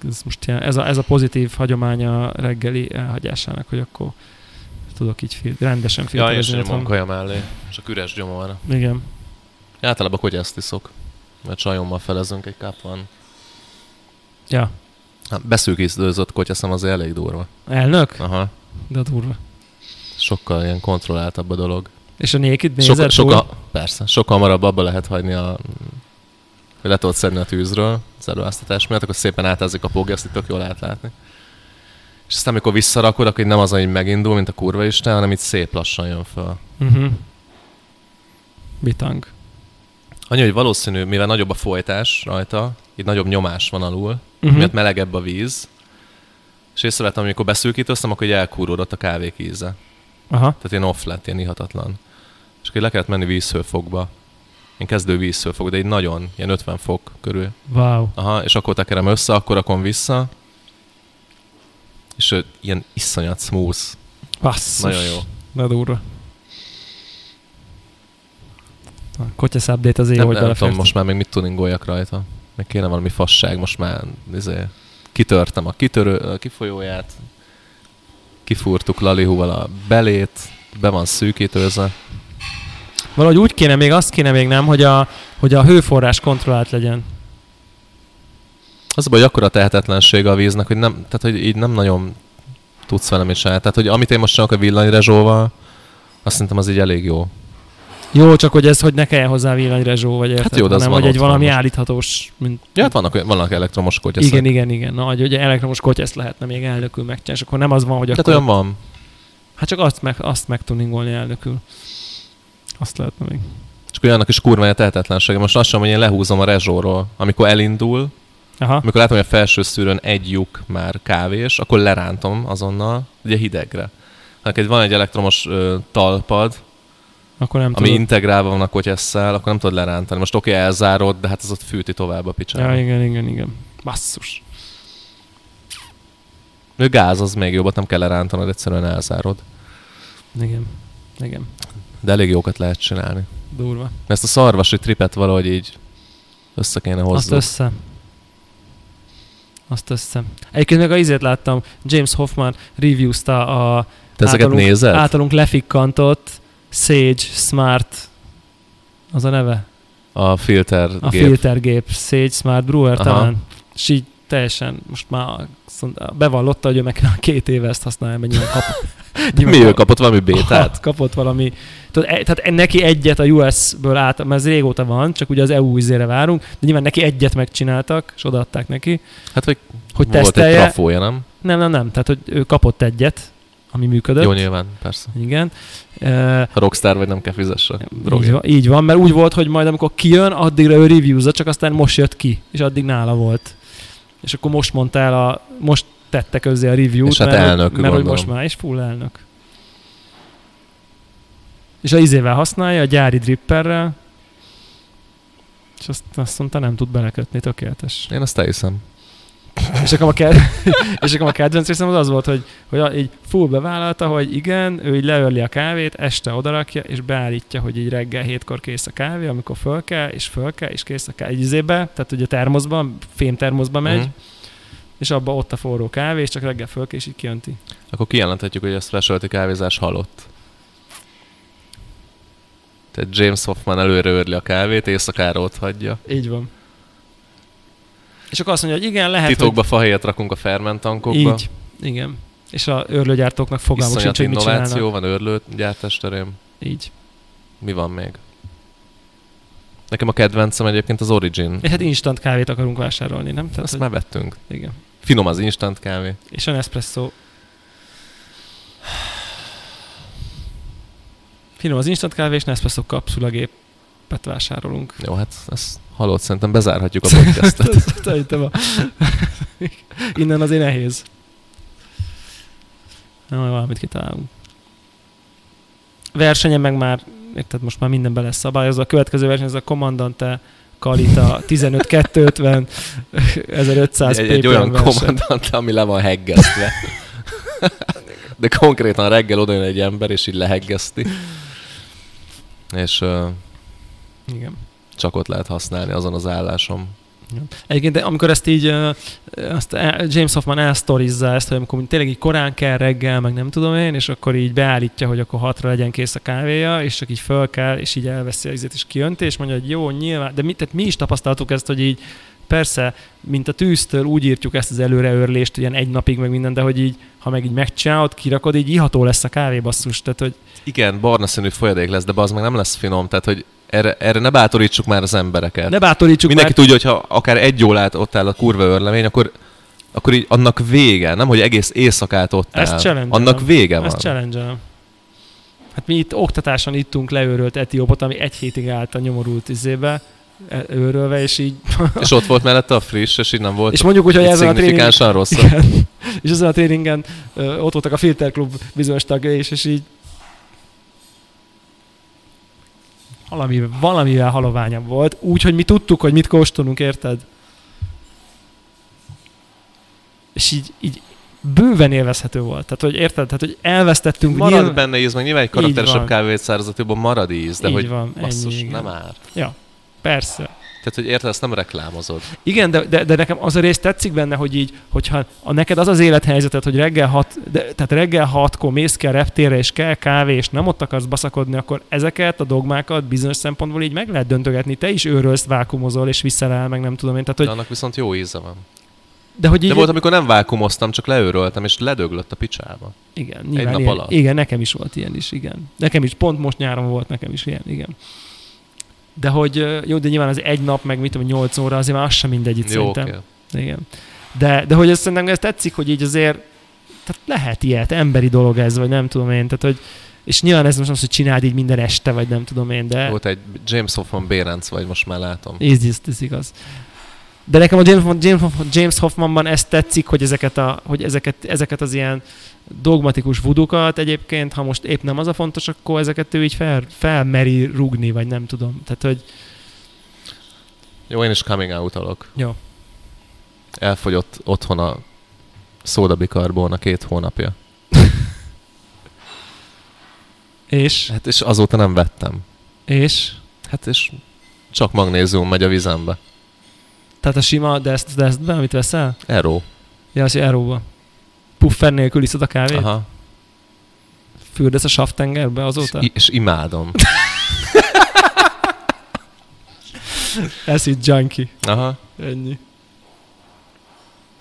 Speaker 1: ez, ez most ilyen, ez, a, ez a pozitív hagyománya a reggeli elhagyásának, hogy akkor tudok így fil- rendesen
Speaker 2: Ja, és
Speaker 1: filterezni.
Speaker 2: nyomom
Speaker 1: otthon.
Speaker 2: kaja mellé. Csak üres gyomor. van.
Speaker 1: Igen.
Speaker 2: Általában kogyászt iszok. Mert csajommal felezünk egy káp van.
Speaker 1: Ja.
Speaker 2: Hát beszűkítőzött kotyaszom az elég durva.
Speaker 1: Elnök?
Speaker 2: Aha.
Speaker 1: De durva.
Speaker 2: Sokkal ilyen kontrolláltabb a dolog.
Speaker 1: És a Naked
Speaker 2: Soka,
Speaker 1: nézed?
Speaker 2: soka, persze, sokkal hamarabb abba lehet hagyni a hogy le tudod szedni a tűzről az előáztatás miatt, akkor szépen átázik a fogja, azt itt tök jól lehet látni. És aztán, amikor visszarakod, akkor így nem az, hogy megindul, mint a kurva isten, hanem itt szép lassan jön fel.
Speaker 1: Uh-huh. Bitang.
Speaker 2: Annyi, hogy valószínű, mivel nagyobb a folytás rajta, így nagyobb nyomás van alul,
Speaker 1: Mhm.
Speaker 2: uh-huh. miatt melegebb a víz, és észrevettem, amikor beszűkítőztem, akkor így elkúródott a kávék íze.
Speaker 1: Aha.
Speaker 2: Tehát ilyen off lett, ilyen ihatatlan. És akkor így le kellett menni vízhőfokba. Én kezdő vízhőfok, de egy nagyon, ilyen 50 fok körül.
Speaker 1: Wow.
Speaker 2: Aha, és akkor tekerem össze, akkor rakom vissza. És ö, ilyen iszonyat smooth.
Speaker 1: Basszus.
Speaker 2: Nagyon jó.
Speaker 1: De durva. A kotyasz update az jó,
Speaker 2: nem,
Speaker 1: hogy
Speaker 2: nem
Speaker 1: belefért.
Speaker 2: tudom, most már még mit tuningoljak rajta. Meg kéne valami fasság, most már izé, kitörtem a kitörő, a kifolyóját, kifúrtuk Lalihúval a belét, be van szűkítőzve.
Speaker 1: Valahogy úgy kéne még, azt kéne még nem, hogy a, hogy a hőforrás kontrollált legyen.
Speaker 2: Az a baj, hogy akkora tehetetlensége a víznek, hogy, nem, tehát, hogy így nem nagyon tudsz vele mit csinálni. Tehát, hogy amit én most csinálok a villanyrezsóval, azt szerintem az így elég jó.
Speaker 1: Jó, csak hogy ez, hogy ne kelljen hozzá villanyrezsó, vagy érted,
Speaker 2: Hát jó, de az
Speaker 1: hanem,
Speaker 2: van
Speaker 1: hogy egy
Speaker 2: otthon
Speaker 1: valami
Speaker 2: most.
Speaker 1: állíthatós, mint
Speaker 2: Ja, hát vannak, vannak elektromos szóval- kotyaszok.
Speaker 1: igen, igen, igen. Na, hogy ugye elektromos kotyasz lehetne még elnökül megcsinálni, és akkor nem az van, hogy
Speaker 2: Tehát
Speaker 1: akkor...
Speaker 2: olyan van.
Speaker 1: Hát csak azt, meg, azt megtuningolni elnökül. Azt lehetne még.
Speaker 2: És akkor annak is kurva a tehetetlensége. Most lassan, hogy én lehúzom a rezsóról. Amikor elindul,
Speaker 1: Aha.
Speaker 2: amikor látom, hogy a felső szűrőn egy lyuk már kávés, akkor lerántom azonnal, ugye hidegre. Hát egy van egy elektromos ö, talpad,
Speaker 1: Akkor nem
Speaker 2: ami
Speaker 1: tudom.
Speaker 2: integrálva van a kotyesszel, akkor nem tudod lerántani. Most oké, okay, elzárod, de hát az ott fűti tovább a picsába.
Speaker 1: Ja, igen, igen, igen. Basszus.
Speaker 2: Ő gáz, az még jobbat nem kell lerántanod, egyszerűen elzárod.
Speaker 1: Igen. Igen.
Speaker 2: De elég jókat lehet csinálni.
Speaker 1: Durva.
Speaker 2: Ezt a szarvasi tripet valahogy így össze kéne
Speaker 1: Azt
Speaker 2: hozni.
Speaker 1: össze. Azt össze. Egyébként meg a izét láttam, James Hoffman reviewzta a
Speaker 2: Te ezeket
Speaker 1: általunk,
Speaker 2: nézed?
Speaker 1: általunk lefikkantott Sage Smart az a neve?
Speaker 2: A filter
Speaker 1: A
Speaker 2: gép.
Speaker 1: filtergép Sage Smart Brewer
Speaker 2: Aha.
Speaker 1: talán. És így teljesen most már szóval bevallotta, hogy ő meg két éve ezt használja, mert nyilván kap,
Speaker 2: Mi ő kapott valami bétát?
Speaker 1: Hát kapott valami, tudod, e, tehát neki egyet a US-ből át, mert ez régóta van, csak ugye az EU izére várunk, de nyilván neki egyet megcsináltak, és odaadták neki,
Speaker 2: Hát, hogy,
Speaker 1: hogy
Speaker 2: volt egy
Speaker 1: tesztelje.
Speaker 2: trafója, nem?
Speaker 1: Nem, nem, nem, tehát hogy ő kapott egyet, ami működött.
Speaker 2: Jó, nyilván, persze.
Speaker 1: Igen. E,
Speaker 2: Ha rockstar vagy, nem kell fizesse.
Speaker 1: így,
Speaker 2: Drogi.
Speaker 1: van, így van, mert úgy volt, hogy majd amikor kijön, addigra ő reviewza, csak aztán most jött ki, és addig nála volt. És akkor most mondta el a, most tette közzé a review-t,
Speaker 2: És hát
Speaker 1: mert, hogy-
Speaker 2: elnök,
Speaker 1: mert hogy
Speaker 2: gondolom.
Speaker 1: most már, és full elnök. És a izével használja, a gyári dripperrel, És azt, azt mondta, nem tud belekötni, tökéletes.
Speaker 2: Én azt elhiszem.
Speaker 1: És akkor a, ked- és akkor a kedvenc részem az az volt, hogy, hogy a- így full bevállalta, hogy igen, ő így leörli a kávét, este odarakja, és beállítja, hogy így reggel hétkor kész a kávé, amikor föl kell, és föl kell, és kész a kávé. Egy izébe, tehát ugye termoszban, fém termoszba megy,
Speaker 2: Mhm.
Speaker 1: és abba ott a forró kávé, és csak reggel föl kell, és így kijönti.
Speaker 2: Akkor kijelenthetjük, hogy a specialty kávézás halott. Tehát James Hoffman előre örli a kávét, éjszakára ott hagyja.
Speaker 1: Így van. És akkor azt mondja, hogy igen, lehet,
Speaker 2: Titokba fahéjat rakunk a fermentankokba.
Speaker 1: hogy... Hát, Így, igen. És a őrlőgyártóknak fogalmuk
Speaker 2: Iszonyat
Speaker 1: sincs, hogy mit
Speaker 2: innováció
Speaker 1: csinálnak.
Speaker 2: van őrlőgyártás terén.
Speaker 1: Így.
Speaker 2: Mi van még? Nekem a kedvencem egyébként az Origin.
Speaker 1: És hát instant kávét akarunk vásárolni, nem? Tehát,
Speaker 2: Azt
Speaker 1: hogy...
Speaker 2: már vettünk.
Speaker 1: Igen.
Speaker 2: Finom az instant kávé.
Speaker 1: És a Nespresso. Finom az instant kávé és Nespresso kapszulagépet vásárolunk.
Speaker 2: Jó, hát ezt halott, szerintem bezárhatjuk a podcastet.
Speaker 1: Szerintem a... Innen azért nehéz. Na, majd valamit kitalálunk. Versenyen meg már, érted, most már minden be lesz szabályozva. A következő verseny az a Commandante Kalita 15250 1500
Speaker 2: egy, egy
Speaker 1: ppm
Speaker 2: olyan
Speaker 1: verseny.
Speaker 2: kommandant, ami le van heggesztve. De konkrétan reggel odajön egy ember, és így leheggeszti. És ö,
Speaker 1: Igen.
Speaker 2: csak ott lehet használni azon az állásom.
Speaker 1: Egyébként de amikor ezt így, ö, ö, azt el- James Hoffman elsztorizza ezt, hogy amikor tényleg így korán kell reggel, meg nem tudom én, és akkor így beállítja, hogy akkor hatra legyen kész a kávéja, és csak így föl kell, és így elveszi a izét, és kijönti, és mondja, hogy jó, nyilván, de mi, tehát mi is tapasztaltuk ezt, hogy így persze, mint a tűztől úgy írtjuk ezt az előreörlést, ilyen egy napig meg minden, de hogy így, ha meg így megcsinálod, kirakod, így iható lesz a kávé basszus, tehát hogy
Speaker 2: Igen, barna színű folyadék lesz, de az meg nem lesz finom, tehát hogy erre, erre ne bátorítsuk már az embereket.
Speaker 1: ne bátorítsuk
Speaker 2: Mindenki tudja, hogy ha akár egy órát ott áll a kurva örlemény, akkor, akkor így annak vége, nem, hogy egész éjszakát ott
Speaker 1: Ezt
Speaker 2: áll.
Speaker 1: challenge-elem.
Speaker 2: annak vége
Speaker 1: Ezt
Speaker 2: van.
Speaker 1: challenge Hát mi itt oktatáson ittunk leőrölt etiópot, ami egy hétig állt a nyomorult izébe, e- őrölve, és így...
Speaker 2: És ott volt mellette a friss, és így nem volt.
Speaker 1: és mondjuk úgy, hogy
Speaker 2: így
Speaker 1: ezen a tréningen...
Speaker 2: szignifikánsan rossz.
Speaker 1: Igen. És ezen a tréningen ö, ott voltak a Filter Club bizonyos tagjai, és, és így... Valami, valamivel haloványabb volt, úgy, hogy mi tudtuk, hogy mit kóstolunk, érted? És így, így bőven élvezhető volt. Tehát, hogy érted? Tehát, hogy elvesztettünk.
Speaker 2: Marad
Speaker 1: nyilván-
Speaker 2: benne íz, meg nyilván egy
Speaker 1: Így
Speaker 2: karakteresebb
Speaker 1: van.
Speaker 2: kávét szárazott, jobban marad íz, de
Speaker 1: Így
Speaker 2: hogy
Speaker 1: van,
Speaker 2: basszus,
Speaker 1: ennyi, igen.
Speaker 2: nem árt.
Speaker 1: Persze.
Speaker 2: Tehát, hogy érted, ezt nem reklámozod.
Speaker 1: Igen, de, de, de nekem az a rész tetszik benne, hogy így, hogyha a, neked az az élethelyzeted, hogy reggel hat, de, tehát reggel hatkor mész kell reptérre, és kell kávé, és nem ott akarsz baszakodni, akkor ezeket a dogmákat bizonyos szempontból így meg lehet döntögetni. Te is őrölsz, vákumozol, és viszel el, meg nem tudom én. Tehát,
Speaker 2: De
Speaker 1: hogy,
Speaker 2: annak viszont jó íze van.
Speaker 1: de hogy így,
Speaker 2: De volt, amikor nem vákumoztam, csak leőröltem, és ledöglött a picsába.
Speaker 1: igen, nyilván,
Speaker 2: nap
Speaker 1: ilyen,
Speaker 2: alatt.
Speaker 1: igen, nekem is volt ilyen is, igen. Nekem is, pont most nyáron volt nekem is ilyen, igen. De hogy ö, jó, de nyilván az egy nap, meg mit tudom, 8 óra, azért már az sem mindegy itt
Speaker 2: Jó,
Speaker 1: szerintem.
Speaker 2: oké.
Speaker 1: Igen. De, de hogy ez szerintem ez tetszik, hogy így azért tehát lehet ilyet, emberi dolog ez, vagy nem tudom én, tehát hogy és nyilván ez most az, hogy csináld így minden este, vagy nem tudom én, de
Speaker 2: Volt egy James Hoffman Bérenc vagy, most már látom.
Speaker 1: ez, ez, ez igaz. De nekem a James, Hoffman- James, Hoffman- James Hoffmanban ez tetszik, hogy ezeket, a, hogy ezeket, ezeket az ilyen dogmatikus vudukat egyébként, ha most épp nem az a fontos, akkor ezeket ő így fel, felmeri rugni, vagy nem tudom. Tehát, hogy
Speaker 2: Jó, én is coming out alok.
Speaker 1: Jó.
Speaker 2: Elfogyott otthon a szódabikarbón a két hónapja.
Speaker 1: és,
Speaker 2: Hát és azóta nem vettem.
Speaker 1: és,
Speaker 2: Hát és csak magnézium megy a vizembe.
Speaker 1: tehát a sima deszt, desztbe, amit veszel?
Speaker 2: Eró.
Speaker 1: Ja, az, hogy Euróba. Puffer nélkül iszod a kávét? Aha.
Speaker 2: Aha.
Speaker 1: Fürdesz a Saftengerbe azóta?
Speaker 2: És, i- és imádom.
Speaker 1: Ez itt junkie.
Speaker 2: Aha.
Speaker 1: Ennyi.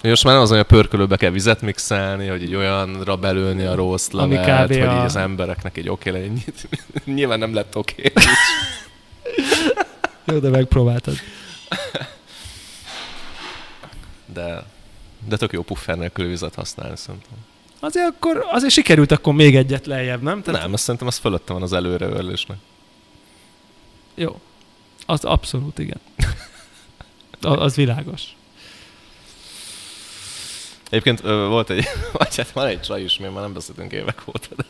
Speaker 2: Most már nem az, hogy a pörkölőbe kell vizet mixelni, hogy egy olyanra belőni a rossz
Speaker 1: Ami
Speaker 2: levelet,
Speaker 1: kb.
Speaker 2: hogy így
Speaker 1: a-
Speaker 2: az embereknek egy oké legyen. Nyilván nem lett oké.
Speaker 1: Jó, de megpróbáltad.
Speaker 2: De, de tök jó puffer nélkül vizet használni szerintem.
Speaker 1: Azért akkor, azért sikerült akkor még egyet lejjebb, nem?
Speaker 2: Tehát... Nem, azt szerintem az fölötte van az előreörlésnek.
Speaker 1: Jó. Az abszolút igen. A- az világos.
Speaker 2: Egyébként ö, volt egy, vagy hát van egy csaj is, mi már nem beszéltünk évek óta, de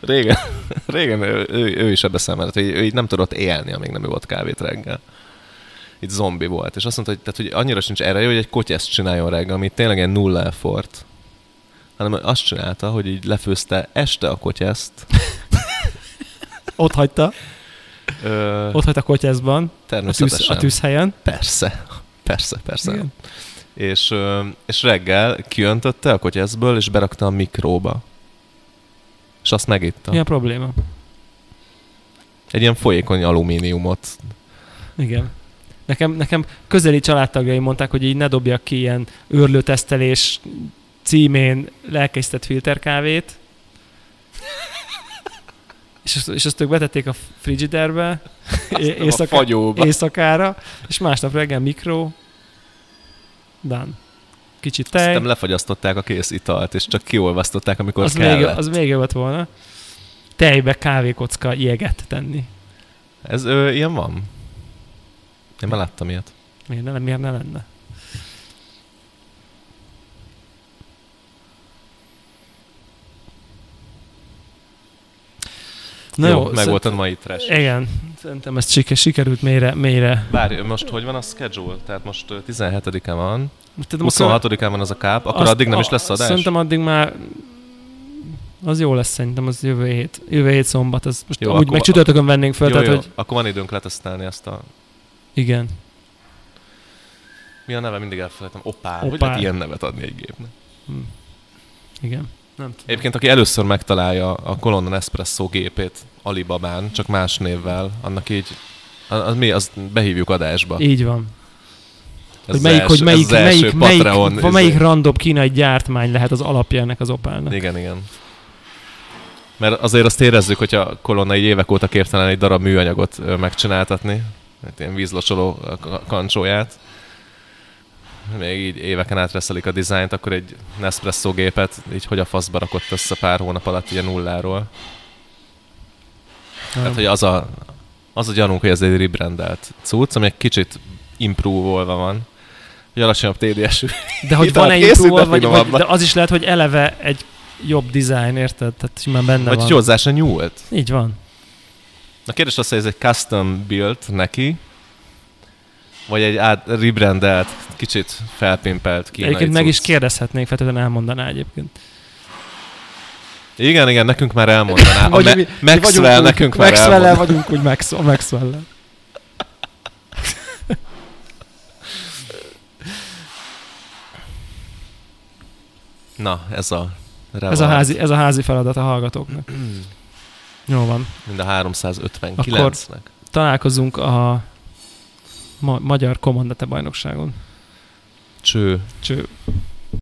Speaker 2: régen, régen ő, ő, ő is ebbe szemelt, hogy ő így nem tudott élni, amíg nem ivott kávét reggel. itt zombi volt. És azt mondta, hogy, tehát, hogy annyira sincs ereje, hogy egy kotyeszt csináljon reggel, ami tényleg ilyen nulla effort. Hanem azt csinálta, hogy így lefőzte este a kotyeszt.
Speaker 1: Ott hagyta,
Speaker 2: Ö,
Speaker 1: ott hagyta a kotyászban, a, tűz,
Speaker 2: természetesen.
Speaker 1: a tűzhelyen.
Speaker 2: Persze, persze, persze.
Speaker 1: Igen.
Speaker 2: És, ö, és reggel kiöntötte a kotyeszből, és berakta a mikróba. És azt megitta.
Speaker 1: Mi a probléma?
Speaker 2: Egy ilyen folyékony alumíniumot.
Speaker 1: Igen. Nekem, nekem közeli családtagjaim mondták, hogy így ne dobjak ki ilyen őrlőtesztelés címén lelkészített filterkávét. És azt, és azt ők betették a frigiderbe, é- éjszaka,
Speaker 2: fagyóba.
Speaker 1: éjszakára, és másnap reggel mikro, done. Kicsit tej,
Speaker 2: Szerintem lefagyasztották a kész italt, és csak kiolvasztották, amikor
Speaker 1: az
Speaker 2: az
Speaker 1: még,
Speaker 2: kellett. Még, az...
Speaker 1: az még jobb lett volna. Tejbe kávékocka jeget tenni.
Speaker 2: Ez ö, ilyen van? Én már láttam ilyet.
Speaker 1: Miért ne, miért ne lenne? Na jó, szóval- jó
Speaker 2: meg volt a mai trash.
Speaker 1: Igen, szerintem ez siker, sikerült mélyre, mélyre.
Speaker 2: Várj, most hogy van a schedule? Tehát most ö, 17-e van,
Speaker 1: Most tudom, akkor-
Speaker 2: 26-án van az a káp, akkor
Speaker 1: azt-
Speaker 2: addig nem is lesz
Speaker 1: a-
Speaker 2: adás?
Speaker 1: Szerintem addig már az jó lesz szerintem, az jövő hét. Jövő hét szombat, ez most
Speaker 2: Jó,
Speaker 1: jó, úgy
Speaker 2: akkor-
Speaker 1: meg csütörtökön vennénk föl,
Speaker 2: Jó,
Speaker 1: jó, tehát
Speaker 2: jó,
Speaker 1: hogy
Speaker 2: akkor van időnk letesztelni ezt a
Speaker 1: igen.
Speaker 2: Mi a neve? Mindig elfelejtem. Opál. Hogy
Speaker 1: Opál.
Speaker 2: lehet ilyen nevet adni egy gépnek?
Speaker 1: Hm. Igen. Nem tudom.
Speaker 2: Egyébként, aki először megtalálja a Colonna Nespresso gépét Alibabán, csak más névvel, annak így az, az mi, azt behívjuk adásba.
Speaker 1: Így van.
Speaker 2: Ez
Speaker 1: Hogy
Speaker 2: az
Speaker 1: melyik,
Speaker 2: első-
Speaker 1: hogy
Speaker 2: ez
Speaker 1: melyik,
Speaker 2: az első
Speaker 1: melyik, melyik,
Speaker 2: Patreon,
Speaker 1: va-
Speaker 2: izé.
Speaker 1: melyik randob kínai gyártmány lehet az alapja ennek az opálnak.
Speaker 2: Igen, igen. Mert azért azt érezzük, hogy a Colonna így évek óta képtelen egy darab műanyagot ö, megcsináltatni, hát ilyen vízlocsoló ö, ka- kancsóját. Még így éveken át reszelik a dizájnt, akkor egy Nespresso gépet így hogy a faszba rakott össze pár hónap alatt ilyen nulláról.
Speaker 1: Nem.
Speaker 2: Tehát, hogy az a, az a gyanunk, hogy ez egy rebrandelt cucc, ami egy kicsit improvolva van. Egy alacsonyabb TDS -ű.
Speaker 1: De hogy
Speaker 2: Hitelt
Speaker 1: van egy
Speaker 2: készít,
Speaker 1: túl,
Speaker 2: de
Speaker 1: vagy, vagy,
Speaker 2: finomabbak.
Speaker 1: de az is lehet, hogy eleve egy jobb dizájn, érted? Tehát simán benne
Speaker 2: Vagy
Speaker 1: van.
Speaker 2: hogy hozzá se nyúlt.
Speaker 1: Így van.
Speaker 2: Na kérdés az, hogy ez egy custom build neki, vagy egy át, rebrandelt, kicsit felpimpelt kínai
Speaker 1: egyébként meg is
Speaker 2: cucc.
Speaker 1: kérdezhetnénk, feltétlenül elmondaná egyébként.
Speaker 2: Igen, igen, nekünk már elmondaná. A
Speaker 1: Vagy
Speaker 2: Hát, me-
Speaker 1: mi- mi
Speaker 2: Maxwell
Speaker 1: vagyunk
Speaker 2: nekünk
Speaker 1: úgy-
Speaker 2: már
Speaker 1: Maxwell-el
Speaker 2: elmondaná.
Speaker 1: vagyunk úgy Maxwell, maxwell
Speaker 2: Na, ez a
Speaker 1: ez, a házi, ez a házi feladat a hallgatóknak. Jó van.
Speaker 2: Mind a 359-nek.
Speaker 1: Találkozunk a ma- Magyar Komandate Bajnokságon.
Speaker 2: Cső.
Speaker 1: Cső.